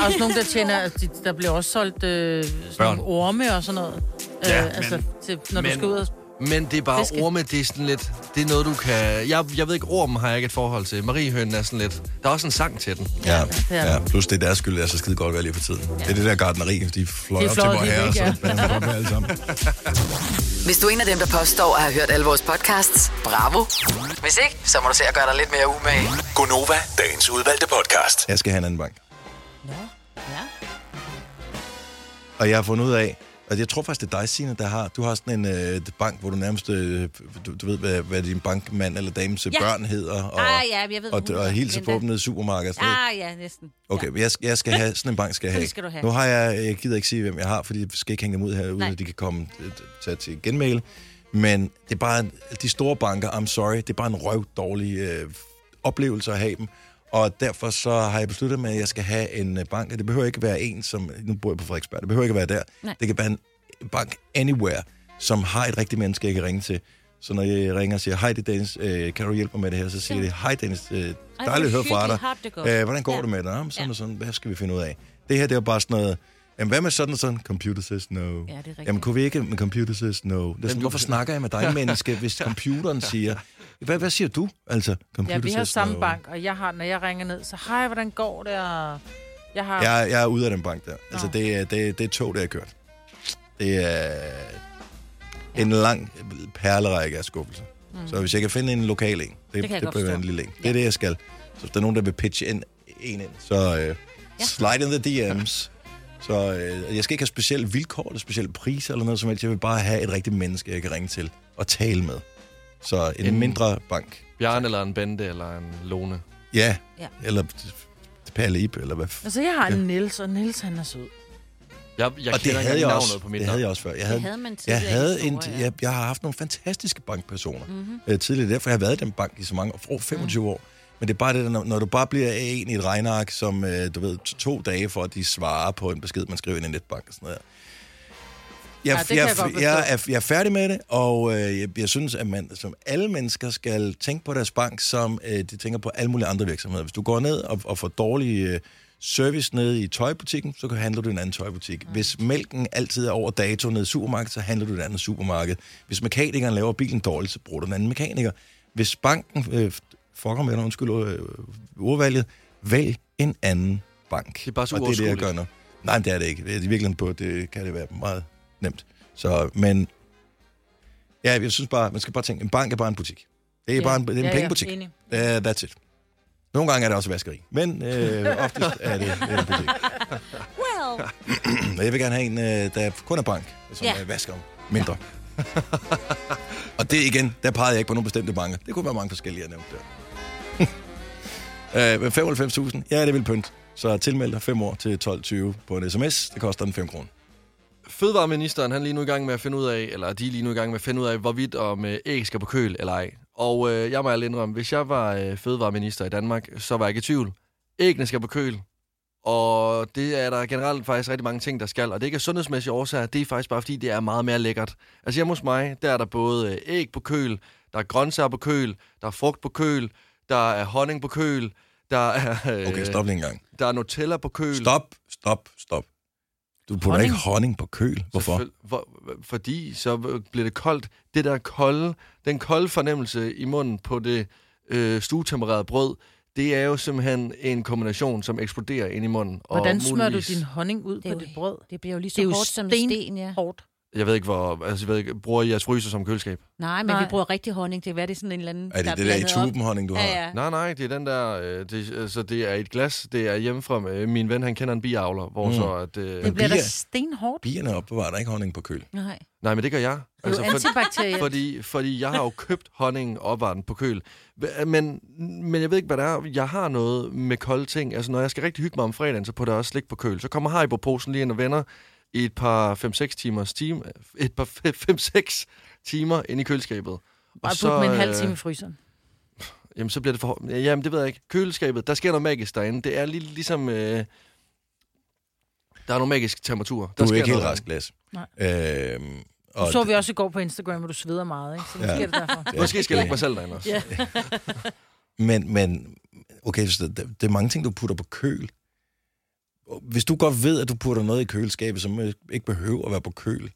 er (laughs) også nogen, der tjener, at de, der bliver også solgt øh, sådan
Børn.
nogle orme og sådan noget.
Ja,
øh, altså,
men-
til, når men,
men-
du skal ud og...
Men det er bare
Fiske.
Fiske. orme, det er sådan lidt... Det er noget, du kan... Jeg, jeg ved ikke, ormen har jeg ikke et forhold til. Mariehønen er sådan lidt... Der er også en sang til den.
Ja,
det er
ja.
der.
Plus det er deres skyld, det er så skide godt være lige for tiden. Det er det der gardneri, de fløj
Det
op til
fløj
vor
helt
herre, (laughs)
væk, ja.
så bander op med alle sammen.
Hvis du er en af dem, der påstår at have hørt alle vores podcasts, bravo. Hvis ikke, så må du se at gøre dig lidt mere umage.
Gonova, dagens udvalgte podcast.
Jeg skal have en anden bank.
Nå, ja.
Og jeg har fundet ud af, at jeg tror faktisk, det er dig, Signe, der har. Du har sådan en øh, bank, hvor du nærmest, øh, du, du ved, hvad, hvad din bankmand eller dames ja.
Ja.
børn hedder. Og,
Ah, ja, jeg ved, hvad
og,
hun
og, og
hedder.
hilser på
Linda.
dem nede i supermarkedet. og sådan noget.
Ah, ja, næsten.
Okay,
Ja.
men jeg, skal- jeg skal have, sådan en bank skal jeg
Sådan
have.
skal du have.
Nu har jeg, jeg gider ikke sige, hvem jeg har, fordi jeg skal ikke hænge dem ud herude,
Nej.
at de kan komme øh, tage til genmail. Men det er bare, en- de store banker, I'm sorry, det er bare en røv dårlig øh, oplevelse at have dem. Og derfor så har jeg besluttet mig, at jeg skal have en øh, bank, og det behøver ikke være en, som, nu bor jeg på Frederiksberg, det behøver ikke være der.
Nej.
Det kan være en bank anywhere, som har et rigtigt menneske, jeg kan ringe til. Så når jeg ringer og siger, hej det er Dennis, øh, kan du hjælpe mig med det her? Så siger
Ja.
de, hej Dennis, øh,
hvor
dejligt at høre fra
hyggeligt.
dig.
Har du det godt?
Øh, hvordan går ja.
Ja.
det med dig? Jamen, sådan
Ja.
og sådan, hvad skal vi finde ud af? Det her, det er jo bare sådan noget, jamen, hvad med sådan og sådan? Computer says no. Ja, det
er rigtigt.
Jamen, kunne vi ikke? Men computer says no. Det er sådan, hvorfor snakker jeg med dig, menneske, hvis (laughs) computeren siger, hvad, hvad siger du? Altså, computer
Ja, vi har
says no.
samme bank, og jeg har, når jeg ringer ned, så hej, hvordan går det? Og jeg har... Ja.
Jeg, jeg er ude af den bank der. Altså,
Nå.
det, er- det, er- det er tog, det har kørt. Det er en lang perlerække af skuffelser. Mm. Så hvis jeg kan finde en lokal en, det, det,
kan jeg
det
godt
bliver en
forstå.
lille en. Det er det, jeg skal. Så hvis der er nogen, der vil pitche en, en ind, så øh, slide in the DM's. Så øh, jeg skal ikke have specielle vilkår eller specielle priser eller noget som helst. Jeg vil bare have et rigtigt menneske, jeg kan ringe til og tale med. Så en, en mindre bank.
Bjarne eller en Bente eller en Lone.
Ja.
Ja.
ja. Eller Palle Ib, eller hvad. f-
Altså, jeg har en Niels, og Niels han er sød.
Jeg, jeg
og det
kender
havde jeg
ikke navnet
også,
på mit
det
navn.
havde jeg også før. Jeg havde,
havde man
jeg
tidligere i
havde
de
en,
store, ja. Mhm.
jeg, jeg har haft nogle fantastiske bankpersoner mm-hmm. øh, tidligere. Derfor har jeg været i den bank i så mange år, over 25 år. Men det er bare det, der, når, når du bare bliver af en i et regnark, som øh, du ved, to, to dage for, at de svarer på en besked, man skriver ind i en netbank og sådan noget. Jeg,
Ja, det kan
jeg,
jeg godt
jeg,
forstå.
jeg, er, jeg er færdig med det, og øh, jeg, jeg synes, at man som alle mennesker skal tænke på deres bank, som øh, de tænker på alle mulige andre virksomheder. Hvis du går ned og, og får dårlig øh, service nede i tøjbutikken, så kan- handler du i en anden tøjbutik. Mm. Hvis mælken altid er over dato nede i supermarkedet, så handler du i et andet supermarked. Hvis mekanikeren laver bilen dårligt, så bruger du en anden mekaniker. Hvis banken øh, fucker med dig, undskyld øh, ordvalget, vælg en anden bank.
Det er bare så
Og det er det, jeg
uoverskueligt.
gør nu. Nej, det er det ikke. Det er i virkeligheden på, det kan det være meget nemt. Så, men ja, jeg synes bare, man skal bare tænke, en bank er bare en butik. Det er
Ja.
ja. bare en, det er en
Ja,
ja,
ja,
pengebutik.
enig.
Ja, uh, that's it. Nogle gange er det også vaskeri, men øh, oftest er det en butik.
Well.
Og jeg vil gerne have en, øh, der kun er bank, som
Ja.
ja. vasker mindre. (laughs) og det igen, der pegede jeg ikke på nogen bestemte banker. Det kunne være mange forskellige, jeg nævnte der. (laughs) øh, men 95.000, ja, det vil pynt. Så tilmeld dig 5 år til 12.20 på en sms. Det koster en 5 kroner.
Fødevareministeren, han er lige nu i gang med at finde ud af, eller de er lige nu i gang med at finde ud af, hvorvidt om øh, æg skal på køl eller ej. Og øh, jeg må ærligt indrømme, hvis jeg var øh, fødevareminister i Danmark, så var jeg ikke i tvivl. Æggene skal på køl, og det er der generelt faktisk rigtig mange ting, der skal. Og det er ikke af sundhedsmæssige årsager, det er faktisk bare fordi, det er meget mere lækkert. Altså hjemme hos mig, der er der både øh, æg på køl, der er grøntsager på køl, der er frugt på køl, der er honning på køl, der er, øh,
Okay, stop lige en gang.
der er Nutella på køl.
Stop, stop, stop. Du putter honning.
Honning?
ikke honning på køl. Hvorfor?
Selvfølgelig. Hvor, fordi så bliver det koldt. Det der kolde, den kolde fornemmelse i munden på det øh, stuetempererede brød, det er jo simpelthen en kombination, som eksploderer ind i munden.
Hvordan
og
smører du
muligvis-
din honning ud
Det er
på
jo
dit brød?
Det bliver jo lige
Det
så
er jo
hårdt som en
sten-
sten, ja.
Hårdt.
Jeg ved ikke, hvor... Altså, jeg ved ikke, bruger I jeres fryser som køleskab?
Nej, men Nej.
Nej.
vi bruger rigtig honning. Det er hvad, det er sådan en eller anden,
Er det det der i
blandet op.
tuben honning, du har?
Ja, ja.
Nej, nej, det er den der... Øh, det, altså, det er et glas. Det er hjemmefra. Øh, min ven, han kender en biavler, hvor mm.
Mm.
så... At, øh,
Det bliver da
bier-
stenhårdt.
Bierne opbevarer der ikke honning på køl.
Nej.
Nej, men det gør jeg. Altså,
Er du antibakteriel?
Fordi, fordi jeg har jo købt honningen opvarten på køl. Hva- Men, men jeg ved ikke, hvad det er. Jeg har noget med kolde ting. Altså, når jeg skal rigtig hygge mig om fredagen, så putter jeg også slik på køl. Så kommer Haribo-posen lige ind og vender i et par 5-6 timers time, et par 5-6 timer ind i køleskabet. Og
Bare put dem en halv
øh,
time i fryseren.
Jamen, så bliver det for... Jamen, det ved jeg ikke. Køleskabet, der sker noget magisk derinde. Det er lige, ligesom... Øh, der er nogle magiske temperaturer.
Du
Der
er
sker
ikke helt
noget.
rask, Lasse.
Nej.
Øhm, og
Nu så vi også i går på Instagram, hvor du sveder meget, ikke? Så måske
Ja.
er det derfor.
(laughs) Ja,
Måske skal jeg
det-
lægge mig selv derinde også.
Ja.
Men, men okay, så det, det er mange ting, du putter på køl. Hvis du godt ved, at du putter noget i køleskabet, som øh, ikke behøver at være på køl,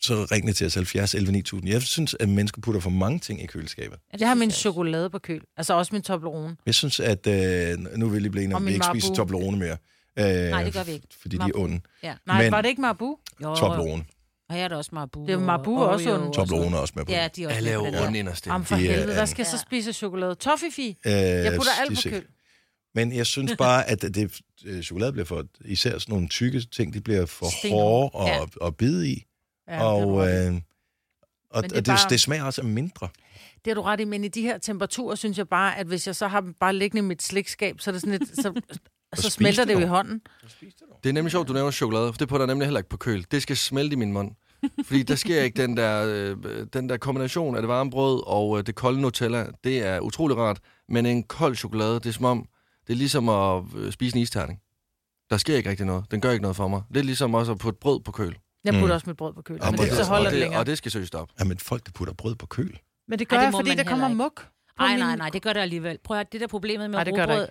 så ring det til os 70 11 9000. Jeg synes, at mennesker putter for mange ting i køleskabet.
Jeg har min chokolade på køl. Altså også min Toblerone.
Jeg synes, at øh, nu vil jeg lige blive enige om,
Og
at vi
min
ikke spiser
Marabou.
Toblerone mere. Øh,
Nej, det gør vi ikke.
Fordi de
Marabou.
er onde.
Ja.
Nej, Men...
Men-
var det ikke Marabu?
Jo,
Toblerone.
og her er der også Marabu.
Det er Marabu
og-
også
Oreo
en-
Toblerone er også med på.
Ja, de er også
Alle er jo
med på den der.
onde inderst. inde.
Jamen for
Det er
helvede, der
andet.
skal jeg så
Ja.
spise chokolade. Toffefi.
Øh,
Jeg putter alt
de
på
ser-
køl.
Men jeg synes bare, at det, øh, chokolade bliver for, især sådan nogle tykke ting, de bliver for
Stenhårde.
hårde og,
Ja.
og bide i.
Ja,
og
det, er du ret
øh,
i.
og,
Men
det,
det er
og det,
bare-
det smager også af mindre.
det er du ret i, men i de her temperaturer, synes jeg bare, at hvis jeg så har dem bare liggende i mit slikskab, så er det sådan lidt... Så, så
spis
smelter
det
det jo i
dog.
hånden.
Det er nemlig sjovt, du nævner chokolade, for det putter jeg nemlig heller ikke på køl. Det skal smelte i min mund. Fordi der sker ikke den der, øh, den der kombination af det varme brød og øh, det kolde Nutella. Det er utrolig rart. Men en kold chokolade, det er som om, det er ligesom at øh, spise en isterning. Der sker ikke rigtig noget. Den gør ikke noget for mig. Lidt ligesom også at putte brød på køl.
Jeg putter
Mm.
også mit brød på køl,
Ja, det
men det,
er
så
også-
holder
og,
det
det,
længere.
og det skal søges op.
Jamen, folk, der putter brød på køl.
Men det gør
Ej, det
jeg,
må
fordi
man
der kommer
heller
mok. på
Nej,
min-
nej, nej, det gør der alligevel. Prøv at høre, det der problemet med
Nej, det gør der
rugbrød...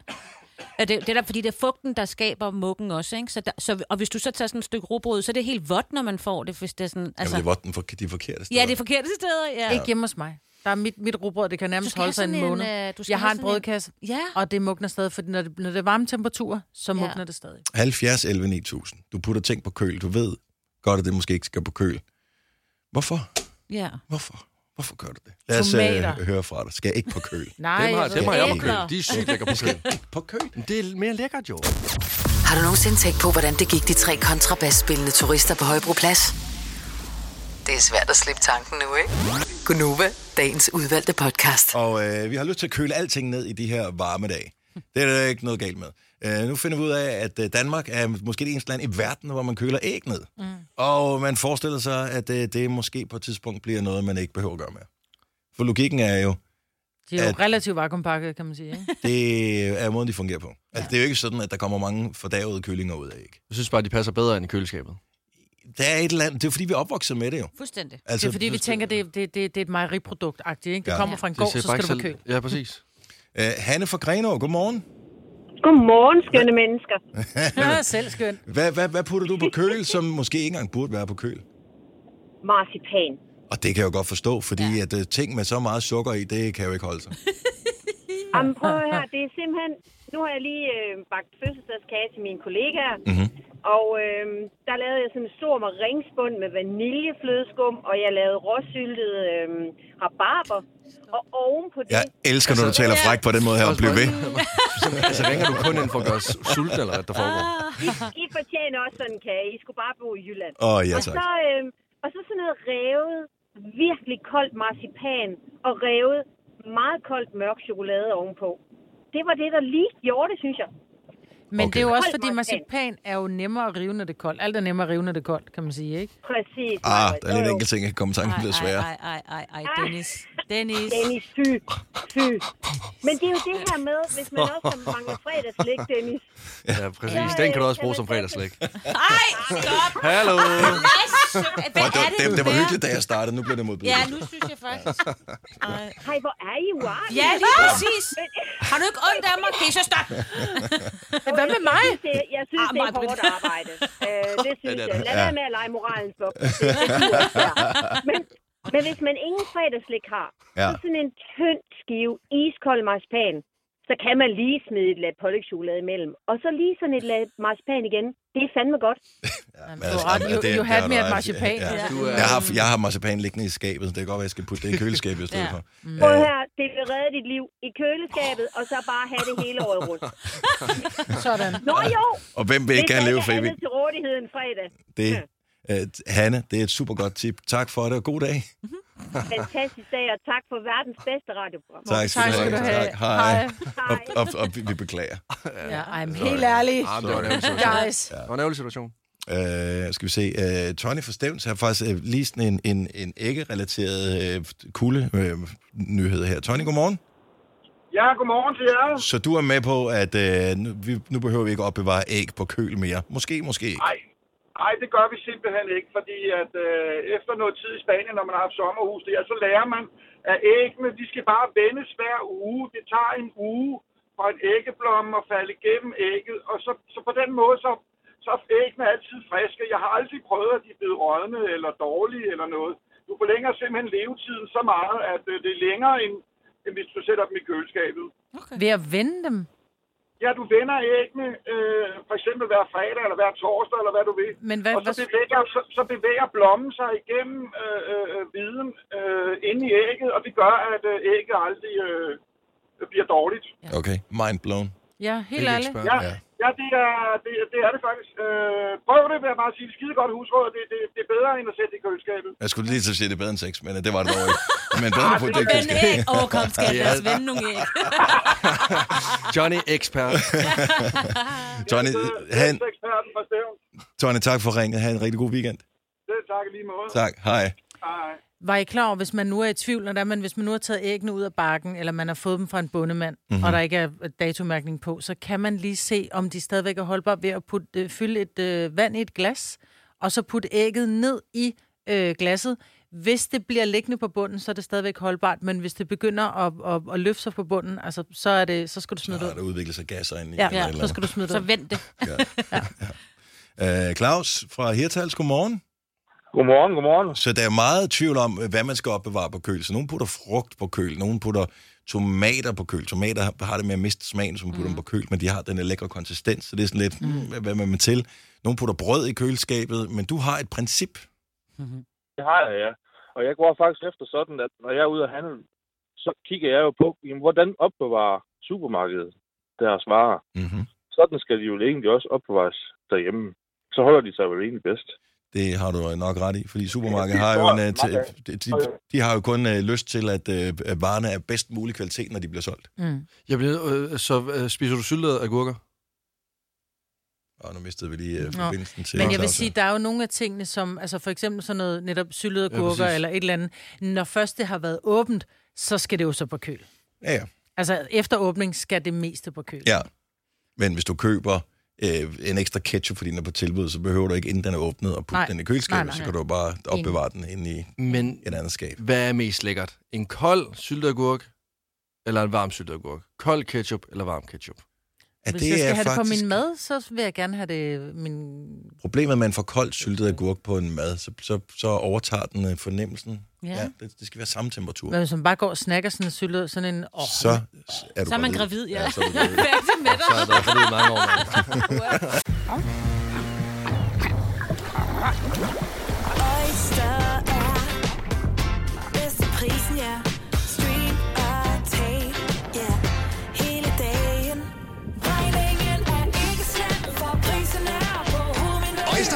Ja, Det, det er der, fordi det er fugten, der skaber muggen også, ikke? Så der, så, og hvis du så tager sådan et stykke rugbrød, så er det helt vådt, når man får det, hvis det er sådan...
Altså,
Altså,
Jamen, det var den for, de forkerte steder.
ja, det er forkerte steder, ja.
Ikke hjemme hos mig. Der er mit, mit rugbrød, det kan
Du
nærmest
skal have
holde sig en
sådan en,
måned.
øh, du skal
jeg
have
har en
sådan en-
brødkasse,
Ja.
og det mugner stadig, for når det, når det er varme temperaturer, så
Ja.
mugner det stadig.
70, 11, 9000. Du putter ting på køl. Du ved godt, at det måske ikke skal på køl. Hvorfor?
ja.
Hvorfor? Hvorfor gør du det? Lad os
Tomater.
øh, høre fra dig. Skal ikke på køl.
(laughs) Nej,
dem har,
jeg ved
dem har
det
jeg på
ikke.
køl.
Æbler.
De er sygt lækker på køl.
(laughs)
På køl?
Men Det er mere lækkert, jo.
Har du nogensinde tænkt på, hvordan det gik de tre kontrabasspillende turister på Højbroplads? Det er svært at slippe tanken nu, ikke? Gunova,
dagens udvalgte podcast.
Og øh, vi har lyst til at køle alting ned i de her varme dage. Det er der ikke noget galt med. Øh, nu finder vi ud af, at øh, Danmark er måske det eneste land i verden, hvor man køler æg ned. Mm. Og man forestiller sig, at øh, det måske på et tidspunkt bliver noget, man ikke behøver at gøre mere. For logikken er jo,
De er jo
At-
relativt vakuumpakket, kan man sige. Ikke?
det er måden, de fungerer på. Altså, det er jo ikke sådan, at der kommer mange fordavede kyllinger ud af æg.
Jeg synes bare, de passer bedre end i køleskabet.
Der er et eller andet, det er jo fordi, vi er opvokset med det jo.
(laughs) Fuldstændig.
Altså,
Det er fordi, vi tænker, det, er- det, det, det er et mejeriprodukt-agtigt. Ikke? Det
Ja.
kommer fra en
Det
gård, så
ser bare
skal du på
ikke
køb.
selv- Ja, præcis.
Øh, Hanne fra Grenaa, godmorgen.
Godmorgen, skønne mennesker.
Ja, selv skøn.
Hvad, hvad, hvad putter du på køl, som måske ikke engang burde være på køl?
Marcipan.
Og det kan jeg jo godt forstå, fordi ja. at, uh, ting med så meget sukker i, det kan jo ikke holde sig.
Jamen, prøv
(laughs)
at høre, det er simpelthen... Nu har jeg lige øh, bagt fødselsdagskage til mine kollegaer,
Mhm.
mm-hmm. og øh, der lavede jeg sådan en stor maringspund med vaniljeflødeskum, og jeg lavede råsyltet øh, rabarber, og ovenpå det... (laughs)
Jeg elsker, når du taler fræk på den måde her og bliver
(laughs)
ved.
Så Altså, ringer du kun ind for at gøre os sulten, eller hvad der foregår?
Ah.
I, I fortjener også sådan en kage. I skulle bare bo i Jylland.
Åh, oh, ja
og,
tak.
så, øh, og så sådan noget revet, virkelig koldt marcipan, og revet meget koldt mørk chokolade ovenpå. Det var det, der lige gjorde det, synes jeg.
Men okay. det er jo også,
Hold
fordi
marcipan.
marcipan er jo nemmere at rive, når det er koldt. Alt er nemmere at rive, når det er koldt, kan man sige, ikke?
Præcis.
Ah,
Maja.
der er lidt
Jo,
en
jo.
enkelt ting, jeg kan komme i tanke om, det er sværere.
Ej, ej, ej, ej, Dennis. Dennis.
Dennis, fy, fy. Men det er jo det her med, hvis man også har-
(laughs)
mangler fredagslæg, Dennis.
Ja, præcis. Den kan du også bruge som fredagslæg.
Ej, stop.
Hallo!
Yes. Hvad
Og det,
er det,
det,
du
det var
bærer?
hyggeligt, da jeg startede. Nu bliver det modbydeligt.
Ja, nu synes jeg faktisk. Ej.
Hej, hvor er I uartig?
Ja, lige præcis. Har du ikke ondt af mig? Okay, så stop.
Hvad med mig?
Det, jeg synes,
Ah,
det er
Maj-Brit.
hårdt arbejde. Øh, det synes
det er
jeg.
det.
Lad være med at lege moralens bog.
(laughs)
Men, men hvis man ingen fredagslæg har,
Ja.
så sådan en tynd skive iskold marcipan, så kan man lige smide et lag pålægtschokolade imellem. Og så lige sådan et lag marcipan igen. Det er fandme godt.
Jamen,
men
du
altså,
har ret.
jamen,
You,
det-
you
det
had
er
me
der
at
ret i.
marcipan.
Ja.
Ja.
Du er...
Jeg har, jeg har marcipan liggende i skabet. Det kan godt være, jeg skal putte det i køleskabet i stedet
Ja.
for.
Prøv
Øh,
her, det vil redde dit liv i køleskabet, og så bare have det hele året
(laughs)
rundt.
Sådan.
Nå jo!
og hvem vil ikke gerne leve for evigt?
til rådighed en fredag.
Det, øh, Hanne, det er et super godt tip. Tak for det, og god dag.
Fantastisk dag, og tak for verdens bedste radioprogram.
Tak
Tak skal du have.
Tak. Hej.
Hej.
Og, og, og vi vi beklager.
Ja, ej, men helt ærlig.
Ah, det var en ærgerlig situation.
Guys.
Det var en ærgerlig situation.
Øh, skal vi se. Øh, Tony for Stevns har faktisk øh, lige sådan en, en, en æggerelateret øh, kulde øh, nyhed her. Tony, godmorgen.
Ja, godmorgen til jer.
Så du er med på, at øh, nu, vi, nu behøver vi ikke opbevare æg på køl mere. Måske, måske ikke.
Nej, nej, det gør vi simpelthen ikke, fordi at øh, efter noget tid i Spanien, når man har haft sommerhus der, så lærer man, at æggene, de skal bare vendes hver uge. Det tager en uge fra en æggeblomme at falde igennem ægget, og så, så på den måde, så, så er æggene altid friske. Jeg har aldrig prøvet, at de er blevet rådne eller dårlige eller noget. Du forlænger simpelthen levetiden så meget, at øh, det er længere, end, end hvis du sætter dem i køleskabet.
Ved at vende dem.
Ja, du vender æggene, øh, for eksempel hver fredag eller hver torsdag, eller hvad du vil.
Men hvad-
og så
hvad-
bevæger, så, så bevæger blommen sig igennem øh, øh, øh, viden øh, inde i ægget, og det gør, at øh, ægget aldrig øh, bliver dårligt.
Okay, mind blown.
Ja, helt ærligt.
ekspert.
Ja,
Ja.
ja. ja det, er, det, det er det faktisk. Øh, prøv det, vil jeg bare sige. Det er skide godt husråd. Det, det, det er bedre, end at sætte det i køleskabet.
Jeg skulle lige til at sige, at det er bedre end sex, men øh, det var det dog ikke. Men bedre
(laughs)
at putte det i
Men
køleskabet.
æg. Åh, kom, skat. Lad os vende nogle æg.
Johnny Expert.
(laughs) Tony,
Det er
han,
(laughs) eksperten fra Stævn.
Tony, tak for ringet. Ha' en rigtig god weekend.
Det er tak i lige måde.
Tak, hej.
Hej.
Var I klar over, hvis man nu er i tvivl, når der, men hvis man nu har taget æggene ud af bakken, eller man har fået dem fra en bondemand,
Mhm.
mm-hmm. og der ikke er datomærkning på, så kan man lige se, om de stadigvæk er holdbare ved at putte, øh, fylde et øh, vand i et glas, og så putte ægget ned i øh, glasset. Hvis det bliver liggende på bunden, så er det stadigvæk holdbart, men hvis det begynder at, at, at løfte sig på bunden, altså, så, er det, så skal du smide
Ah, Der
det
har
ud.
der udviklet sig gasser ind i.
Ja,
eller et
ja,
eller
så skal du smide det
Så
ud.
vent det.
andet. Øh, Claus fra Hirtals, godmorgen.
Godmorgen, godmorgen.
Så der er meget tvivl om, hvad man skal opbevare på køl. Så nogen putter frugt på køl, nogen putter tomater på køl. Tomater har- har det med at miste smagen, som putter
Mm.
dem på køl, men de har den her lækre konsistens, så det er sådan lidt, hmm, hvad man med til. Nogen putter brød i køleskabet, men du har et princip.
Det har jeg, ja. Og jeg går faktisk efter sådan, at når jeg er ude at handle, så kigger jeg jo på, jamen, hvordan opbevarer supermarkedet deres varer.
Mhm.
Mm-hmm.
Sådan skal de jo egentlig også opbevares derhjemme. Så holder de sig vel egentlig bedst.
Det har du nok ret i, fordi supermarkedet har jo en, øh, t- de, de, de har jo kun øh, lyst til, at øh, at varerne er bedst mulig kvalitet, når de bliver solgt.
Mm.
(laughs) Jeg bliver, øh, så øh, spiser du syltede agurker?
Og nu mistede vi lige øh,
Nå,
forbindelsen til...
Men jeg vil
Claus her.
sige, der er jo nogle af tingene, som altså for eksempel sådan noget netop syltede
Ja,
gurker
præcis.
ja, eller et eller andet. Når først det har været åbent, så skal det jo så på køl.
Ja, ja.
Altså efter åbning skal det meste på køl.
Ja. Men hvis du køber øh, en ekstra ketchup, fordi den er på tilbud, så behøver du ikke, inden den er åbnet, at putte
Nej.
den i køleskabet.
Nej, nej,
så
nej.
kan du bare opbevare den inde i
Men
et andet skab.
hvad er mest lækkert? En kold syltet agurk, eller en varm syltet agurk? Kold ketchup eller varm ketchup?
Ja,
Hvis
det
jeg skal
er
have det på
faktisk-
min mad, så vil jeg gerne have det min...
Problemet er, at man får koldt syltet agurk på en mad, så, så, så overtager den øh, fornemmelsen.
Ja.
ja det, det skal være samme temperatur.
Men hvis man bare går og snakker sådan en syltet, sådan en... Åh,
Så er du
så er man gravid, ja.
så er du
Hvad er det med dig?
Så er der for lidt mange år. mand.
Oyster er bedst til prisen, ja. Stream og tag, ja. Hele dagen. Regningen er ikke slem, for prisen er på hovedet.
Øjster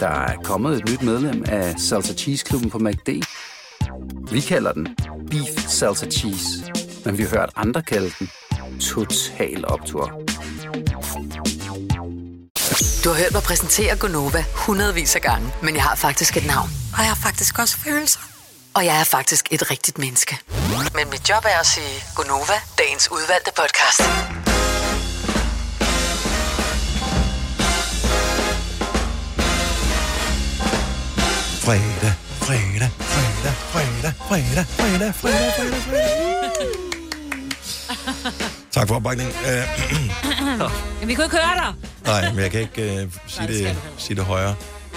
Der er kommet et nyt medlem af Salsa Cheese Klubben på MACD. Vi kalder den Beef Salsa Cheese, men vi har hørt andre kalde den Total Optor.
Du har hørt mig præsentere Gonova hundredvis af gange, men jeg har faktisk et navn.
Og jeg har faktisk også følelser.
Og jeg er faktisk et rigtigt menneske. Men mit job er at sige Gonova, dagens udvalgte podcast.
Fredag, fredag, fredag, fredag, fredag, fredag, fredag, fredag, fredag. Tak for opbakningen. Øh,
Jamen, vi kunne ikke høre dig.
nej, men jeg kan ikke øh, sige, det, sige det højere.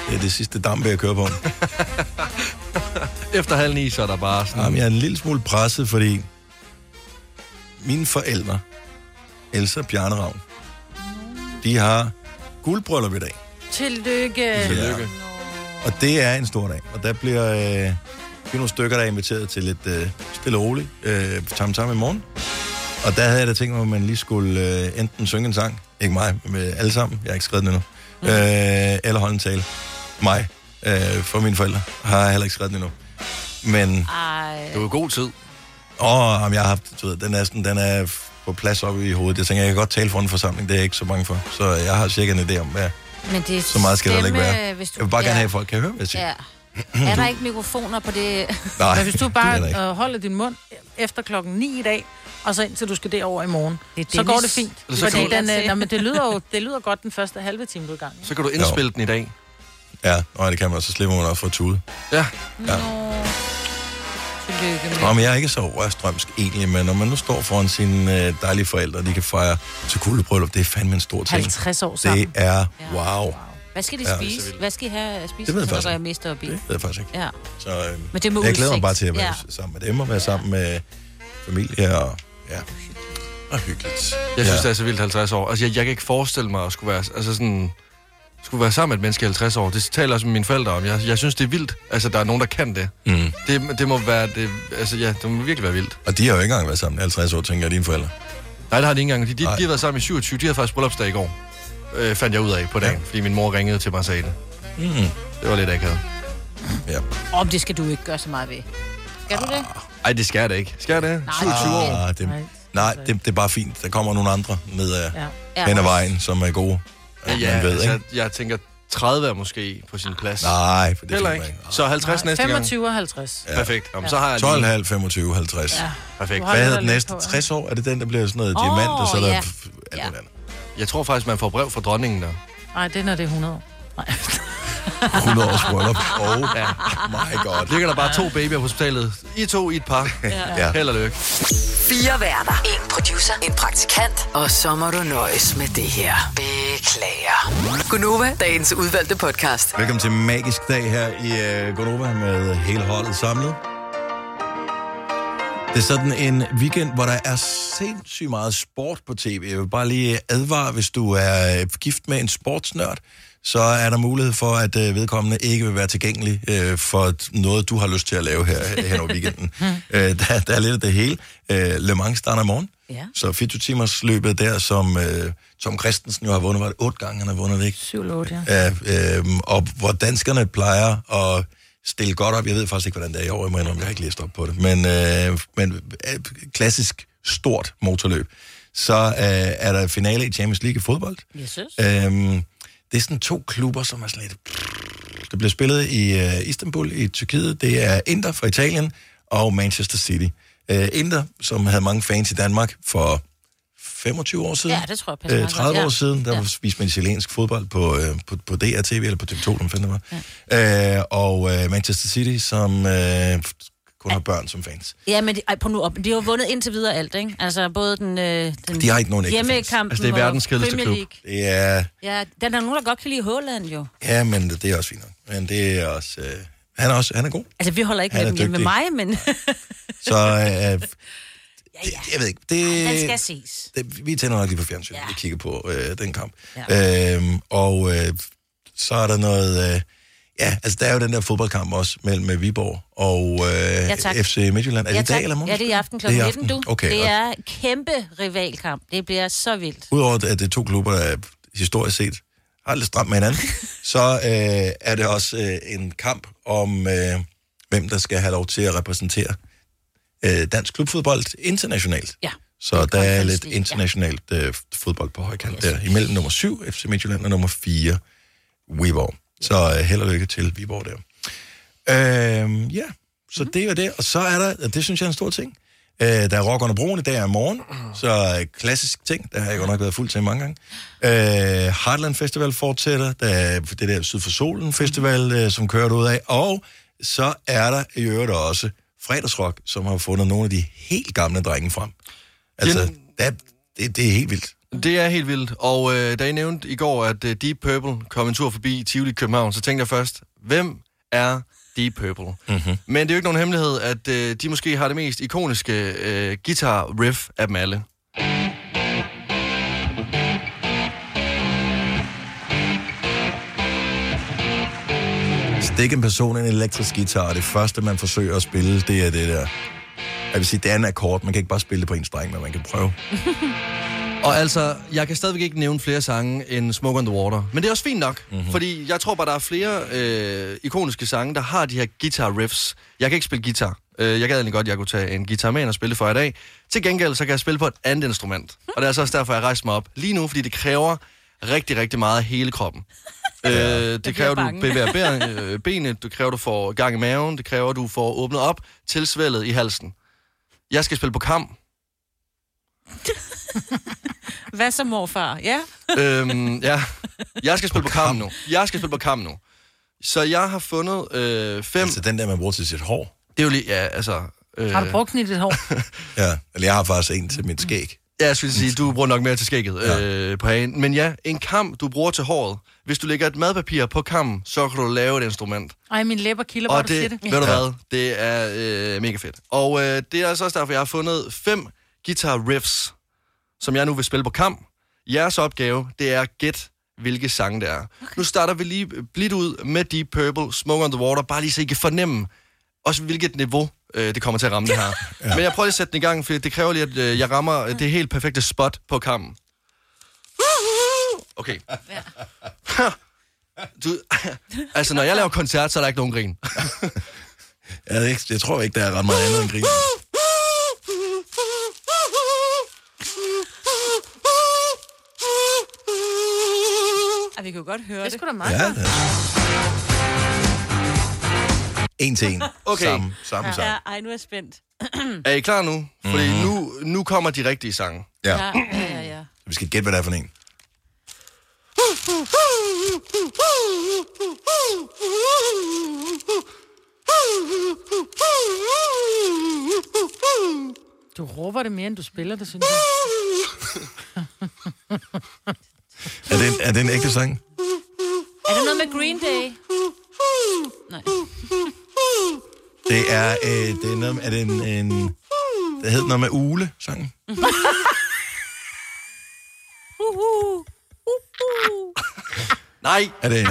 Det er det sidste damp, jeg kører på.
Efter halv ni, så er der bare sådan...
Jamen, jeg er en lille smule presset, fordi mine forældre, Elsa og Bjarne Ravn, de har guldbryllup i dag.
Tillykke.
Tillykke. Og det er en stor dag. Og der bliver øh, vi er nogle stykker, der er inviteret til lidt øh, stille og roligt øh, tam-tam i morgen. Og der havde jeg da tænkt mig, at man lige skulle øh, enten synge en sang, ikke mig, men øh, alle sammen, jeg har ikke skrevet den endnu,
Mhm.
øh, eller holde en tale. Mig, øh, for mine forældre, har jeg heller ikke skrevet den endnu. Men...
Ej.
Det var god tid. Åh, jamen, jeg har haft, du ved, den er, sådan, den er på plads oppe i hovedet. Jeg tænker, jeg kan godt tale for en forsamling, det er jeg ikke så bange for. Så jeg har cirka en idé om, hvad,
Men det er
så meget skal der heller ikke
stemme,
være.
hvis du-
Jeg vil bare gerne
ja.
have, at folk kan høre, hvad jeg siger. (clears throat)
Ja. Er der ikke mikrofoner på
(laughs)
det?
Nej,
Men hvis du bare
det er der
øh, holder din mund efter klokken 9 i dag, og så indtil du skal derover i morgen, det så
Dennis.
går det fint.
Eller
Fordi
så kan du-
den,
(laughs)
øh, nå, men det lyder jo det lyder godt den første halve time, du er i
(laughs)
gang.
Så kan du indspille den i dag.
Ja, og det kan man, og så slipper man også for at tude.
Ja.
Ja.
Tillykke
Nå, men jeg er ikke så rørstrømsk egentlig, men når man nu står foran sine øh, dejlige forældre, og de kan fejre til kuldebryllup, det er fandme en stor ting.
50 år
Det
sammen.
er wow.
Hvad skal de
Ja, det er så
spise?
vildt.
Hvad skal I have at spise?
Det ved jeg
så
faktisk
går jeg
ikke.
mister op i.
Det ved jeg faktisk ikke.
Ja.
Så øh,
Men det er med
jeg glæder mig
udsigt.
bare til at være
Ja.
ja. sammen med dem, og være sammen med familie og... Ja. Og hyggeligt.
Jeg synes,
ja.
det er så vildt 50 år. Altså, jeg, jeg kan ikke forestille mig at skulle være, altså sådan, skulle være sammen med et menneske i 50 år. Det taler også med mine forældre om. Jeg, jeg synes, det er vildt. Altså, der er nogen, der kan det.
Mm.
Det, det må være, det, altså ja, det må virkelig være vildt.
Og de har jo ikke engang været sammen i 50 år, tænker jeg, dine forældre.
Nej, det har de ikke engang. De, de, de
Nej.
har været sammen i 27. De havde faktisk bryllupsdag i går. Øh, fandt jeg ud af på dagen, ja. fordi min mor ringede til mig og sagde det.
Mm.
Det var lidt akavet.
Om det skal du ikke gøre så meget ved. Skal du det?
Ej, det skal jeg da ikke. Skal jeg det? 27 år.
Ah, det, nej, det, det, er bare fint. Der kommer nogle andre ned ad,
Ja.
ja. hen ad vejen, som er gode.
Ja, ja
man ved,
altså,
ikke?
jeg, jeg tænker 30 er måske på sin plads.
Nej, for det
Heller
skal man
ikke. Så 50 næste gang.
25 og 50.
Ja.
Perfekt. Jamen, så har jeg lige-
12, halv, 25, 50.
Ja.
Perfekt.
Hvad hedder den næste? 60 år? Er det den, der bliver sådan noget
Åh,
oh, diamant, og så er der...
ja.
Ja.
Ja.
Jeg tror faktisk, man får brev fra dronningen der.
Nej, det er, når det er 100 år. Nej.
100 års bryllup. Oh my god.
Ligger der bare to babyer på hospitalet. I to i et par.
Ja.
Held og lykke.
Fire værter. En producer. En praktikant. Og så må du nøjes med det her. Beklager. Gunova, dagens udvalgte podcast.
Velkommen til en magisk dag her i uh, Gonova med hele holdet samlet. Det er sådan en weekend, hvor der er sindssygt meget sport på tv. Jeg vil bare lige advare, hvis du er øh, gift med en sportsnørd, så er der mulighed for, at øh, vedkommende ikke vil være tilgængelig øh, for noget, du har lyst til at lave her hen over weekenden. Øh, der, der er lidt af det hele. Øh, Le Mans starter i morgen.
Ja.
Så 24 timers løbet der, som øh, Tom Christensen jo har vundet, var det otte gange, han har vundet, ikke?
7 eller 8, ja.
Ja, øh, og hvor danskerne plejer at stille godt op. Jeg ved faktisk ikke, hvordan det er i år, jeg må indrømme, jeg har ikke læst op på det. Men, øh, men øh, klassisk stort motorløb. Så øh, er der finale i Champions League i fodbold.
Jesus.
Øhm, det er sådan to klubber, som er sådan lidt... Det bliver spillet i øh, Istanbul i Tyrkiet. Det er Inter fra Italien og Manchester City. Øh, Inter, som havde mange fans i Danmark for 25 år siden.
Ja, det tror jeg passer
øh,
meget
30
godt,
år
ja.
siden, der ja. spiste man italiensk fodbold på, øh, på, på DR-TV, eller på TV2, om fanden det var. Ja. Øh, og øh, Manchester City, som øh, kun har børn som fans.
Ja, men de, ej, på nu op. De har jo vundet indtil videre alt, ikke? Altså både den, øh, den
De har ikke nogen ægte fans.
hjemmekampen
Altså, det er
og
verdens kedeligste
Premier
klub.
League.
Det er...
Ja, der er der nogen, der godt kan lide Håland jo.
Ja, men det er også fint nok. Men det er også... Øh, han er også han er god.
Altså, vi holder ikke
Han
med
er
dem hjemme med mig,
dygtig.
men... (laughs)
Så øh, ja, jeg ved ikke. Det,
Den skal ses.
det, vi tænder nok lige på fjernsynet. Ja. Vi kigger på øh, den kamp.
Ja.
Ja. Øhm, og øh, så er der noget... Øh, ja, altså der er jo den der fodboldkamp også mellem øh, Viborg og øh,
Ja,
ja,
tak.
FC Midtjylland. Er
ja,
det i
tak.
dag eller morgen?
Ja, det er i aften kl.
Det er i
19, du.
aften. Okay,
det
og-
er kæmpe rivalkamp. Det bliver så vildt.
Udover at det er to klubber, der er historisk set har det lidt stramt med (laughs) hinanden, så øh, er det også øh, en kamp om, øh, hvem der skal have lov til at repræsentere øh, dansk klubfodbold internationalt.
Ja.
Så der er lidt internationalt øh, fodbold på højkant der. Imellem nummer 7, FC Midtjylland, og nummer 4, Viborg. Så øh, held og lykke til Viborg der. Øhm, ja, så det er det. Og så er der, og det synes jeg er en stor ting, øh, der er Rock under broen i dag og i morgen, så øh, klassisk ting, der har jeg godt nok været fuld til mange gange. Øh, Heartland Festival fortsætter, der er det der Syd for Solen Festival, øh, som kører ud af, og så er der i øvrigt også fredagsrock, som har fundet nogle af de helt gamle drenge frem. Altså, der, det, det er helt vildt.
Det er helt vildt. Og øh, da I nævnte i går, at øh, Deep Purple kom en tur forbi Tivoli i København, så tænkte jeg først, hvem er Deep Purple? Mm-hmm. Men det er jo ikke nogen hemmelighed, at øh, de måske har det mest ikoniske øh, guitar-riff af dem alle.
Stik en person en elektrisk guitar, og det første, man forsøger at spille, det er det der. Jeg vil sige, det er en akkord. Man kan ikke bare spille det på en streng, men man kan prøve.
Og altså, jeg kan stadigvæk ikke nævne flere sange end Smoke on the Water. Men det er også fint nok, mm-hmm. fordi jeg tror bare, der er flere øh, ikoniske sange, der har de her guitar riffs. Jeg kan ikke spille guitar. Øh, jeg gad egentlig godt, at jeg kunne tage en guitar med ind og spille for i dag. Til gengæld, så kan jeg spille på et andet instrument. Og det er altså også derfor, jeg rejser mig op lige nu, fordi det kræver rigtig, rigtig meget af hele kroppen. Øh, det kræver, du
bange.
bevæger ben- øh, benet, det kræver, du får gang i maven, det kræver, du får åbnet op til svælget i halsen. Jeg skal spille på kamp,
Hvad så, morfar? Ja?
Øh.
øhm, ja. Jeg skal spille på kamp nu. Jeg skal spille på kamp nu. Så jeg har fundet øh, fem... Altså
den der, man bruger til sit hår?
Det er jo lige, ja, altså... Øh,
Har du brugt den i dit hår?
Ja, eller jeg har faktisk en til mit skæg.
Ja, jeg skulle sige, du bruger nok mere til skægget øh, på hagen. Men ja, en kam, du bruger til håret. Hvis du lægger et madpapir på kammen, så kan du lave et instrument.
Ej, min læber kilder, bare
Og
du siger
det,
det.
ved du hvad, det er øh, mega fedt. Og øh, det er altså også derfor, jeg har fundet fem guitar riffs, som jeg nu vil spille på kamp. Jeres opgave, det er at gætte, hvilke sange det er. Okay. Nu starter vi lige blidt ud med Deep Purple, Smoke on the Water, bare lige så I kan fornemme, også hvilket niveau øh, det kommer til at ramme det her. (laughs) ja. Men jeg prøver lige at sætte den i gang, for det kræver lige, at øh, jeg rammer øh, det helt perfekte spot på kampen. Okay. (laughs) Du, altså, når jeg laver koncert, så er der ikke nogen grin.
Jeg, ved ikke, jeg tror ikke, der er ret meget andet end grin.
Ej, vi kan jo godt høre det. Det
skulle da
Ja, det er- En til en.
Okay.
Samme, samme ja.
Ja,
sang.
ej, nu er jeg spændt.
Er I klar nu? Fordi mm-hmm. nu, nu kommer de rigtige sange.
Ja.
Ah, ja, ja, ja.
Vi skal gætte, hvad det er for en.
Woo!
Du råber det mere, end du spiller det, synes jeg.
Er det en, er det en ægte sang?
Er det noget med Green Day? Nej.
Det er, øh, det er, noget, er det en, en... Det hedder noget med ule sangen
Nej.
Er det en...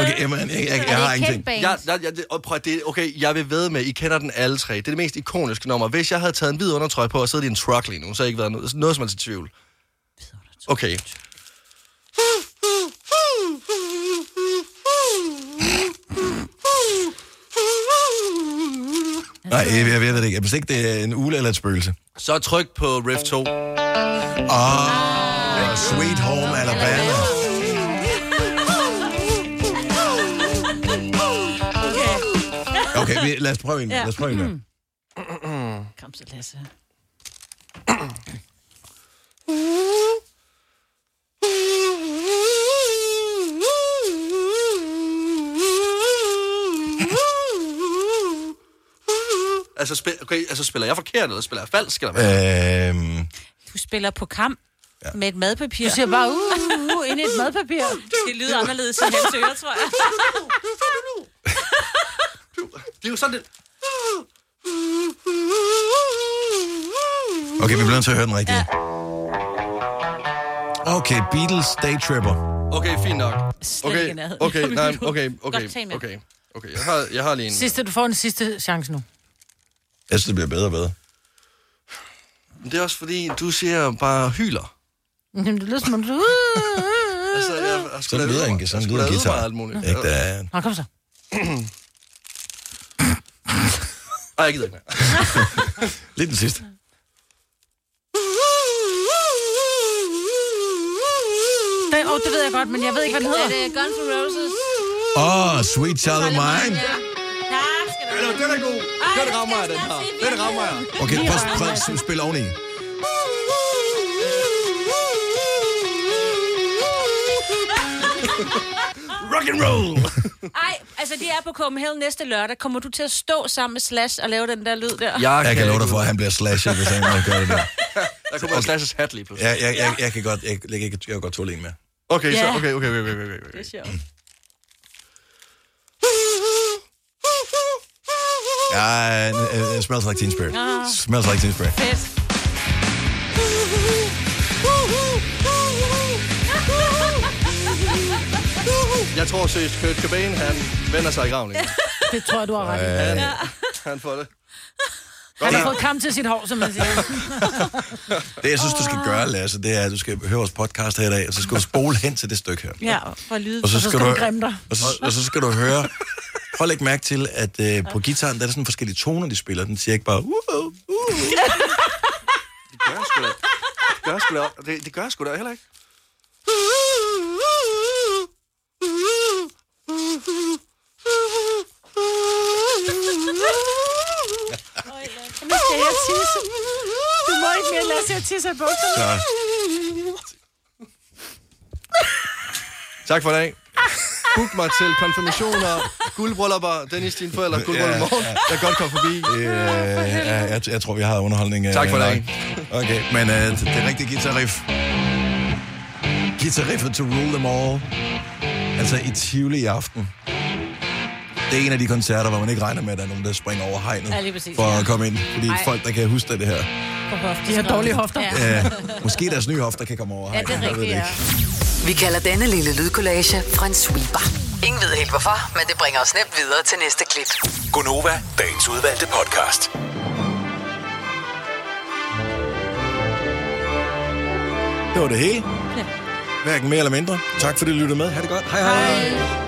Okay, Emma, jeg, jeg, jeg, jeg har ingenting.
Jeg, jeg, jeg, og prøv, at- det, okay, jeg vil ved med, I kender den alle tre. Det er det mest ikoniske nummer. Hvis jeg havde taget en hvid undertrøje på og siddet i en truck lige nu, så havde jeg ikke været noget, noget som helst i tvivl. Okay.
Nej, jeg, jeg ved det ikke. Hvis ikke det er en ule eller et spøgelse.
Så tryk på Ref 2.
Ah, oh, Sweet Home Alabama. Okay, vi, lad os prøve en. Lad os prøve en. mere.
Kom så, Lasse.
Altså, spil, okay, altså spiller jeg forkert, eller spiller jeg falsk? Eller hvad?
Øhm,
Du spiller på kamp ja. med et madpapir.
Du siger bare, uh, uh, uh, ind i
(laughs)
et madpapir.
Det lyder anderledes end hans ører, tror jeg.
Det er jo sådan, det...
Okay, vi bliver nødt til at høre den rigtige. Okay, Beatles Day Tripper.
Okay, fint nok.
Slet ikke i
Okay,
nærheden.
okay,
(laughs)
(laughs)
nej, okay, okay,
Godt tag med.
okay. Okay, jeg har, jeg har lige en...
Sidste, du får en sidste chance nu.
Jeg synes, det bliver bedre og bedre.
Men det er også fordi, du siger bare hyler.
Jamen, det lyder som om du... Uh,
altså, jeg, jeg
Sådan lyder en, sådan lyder en
øvet mig
guitar.
alt muligt.
Ikke, der er...
Nå, kom så.
Ej, jeg gider ikke mere.
Lidt den sidste.
Den, oh, det ved jeg godt, men jeg ved ikke, hvad den hedder.
Er det Guns N' Roses?
Åh, oh, Sweet Child of Mine.
Ja. Ja, skal du...
Den er god. Den rammer jeg, den her. Den rammer jeg.
Okay, prøv, prøv at spille oveni. Rock and roll.
Ej, altså de er på Copenhagen næste lørdag. Kommer du til at stå sammen med Slash og lave den der lyd der?
Jeg kan love dig for, at han bliver slashet, hvis han ikke gør det der.
Der kommer også Lasses hat lige pludselig.
Jeg, jeg, jeg, jeg kan godt, jeg, jeg, jeg, jeg kan godt tåle en mere.
Okay, så,
Ja.
okay, okay, okay, okay, okay,
Det
okay.
er sjovt.
Ja, uh, uh, smells like teen spirit.
Ah.
Smells like teen spirit.
Fedt.
Jeg tror seriøst, Kurt Cobain, han vender sig i graven lige nu.
Det tror jeg, du har ret i.
Uh,
Han får det.
Han har fået kamp til sit hår, som man siger.
det, jeg synes, du skal gøre, Lasse, det er, at du skal høre vores podcast her i dag, og så skal du spole hen til det stykke her.
Ja, for at lyde.
Og så skal, du,
den grimme dig.
og, så, og så skal du høre... Prøv at lægge mærke til, at øh, på gitaren, der er der sådan forskellige toner, de spiller. Den siger ikke bare... Uh, uh, uh.
Det gør jeg sgu da. Det gør jeg sgu da. Det, det gør jeg sgu da heller ikke.
Nu skal jeg tisse. Du må ikke mere lade sig tisse i bukserne.
Så,
Tak for i dag. Book mig til konfirmationer, guldbryllupper, Dennis, dine forældre, guldbryllup i
Ja,
morgen. Jeg kan godt komme forbi.
Ah,
øh, jeg, jeg, jeg tror, vi har underholdning. øh,
Tak for i dag.
nok. Okay, men øh, det- det er rigtig guitarriff. Guitarriffet to rule them all. Altså i Tivoli i aften. Det er en af de koncerter, hvor man ikke regner med, at der er nogen, der springer over hegnet
Ja, lige præcis,
for
ja.
at komme ind. Fordi
Ej.
folk, der kan huske det her,
De har dårlige hofter.
Ja.
øh, måske deres nye hofter kan komme over
Ja,
hegnet.
det er
Jeg ved
rigtigt,
ikke.
ja.
Vi kalder denne lille lydkollage Frans sweeper. Ingen ved helt hvorfor, men det bringer os nemt videre til næste klip.
Gonova, dagens udvalgte podcast.
Det var det hele. Hverken mere eller mindre. Tak fordi I lyttede med. Ha' det godt. Hej hej. hej.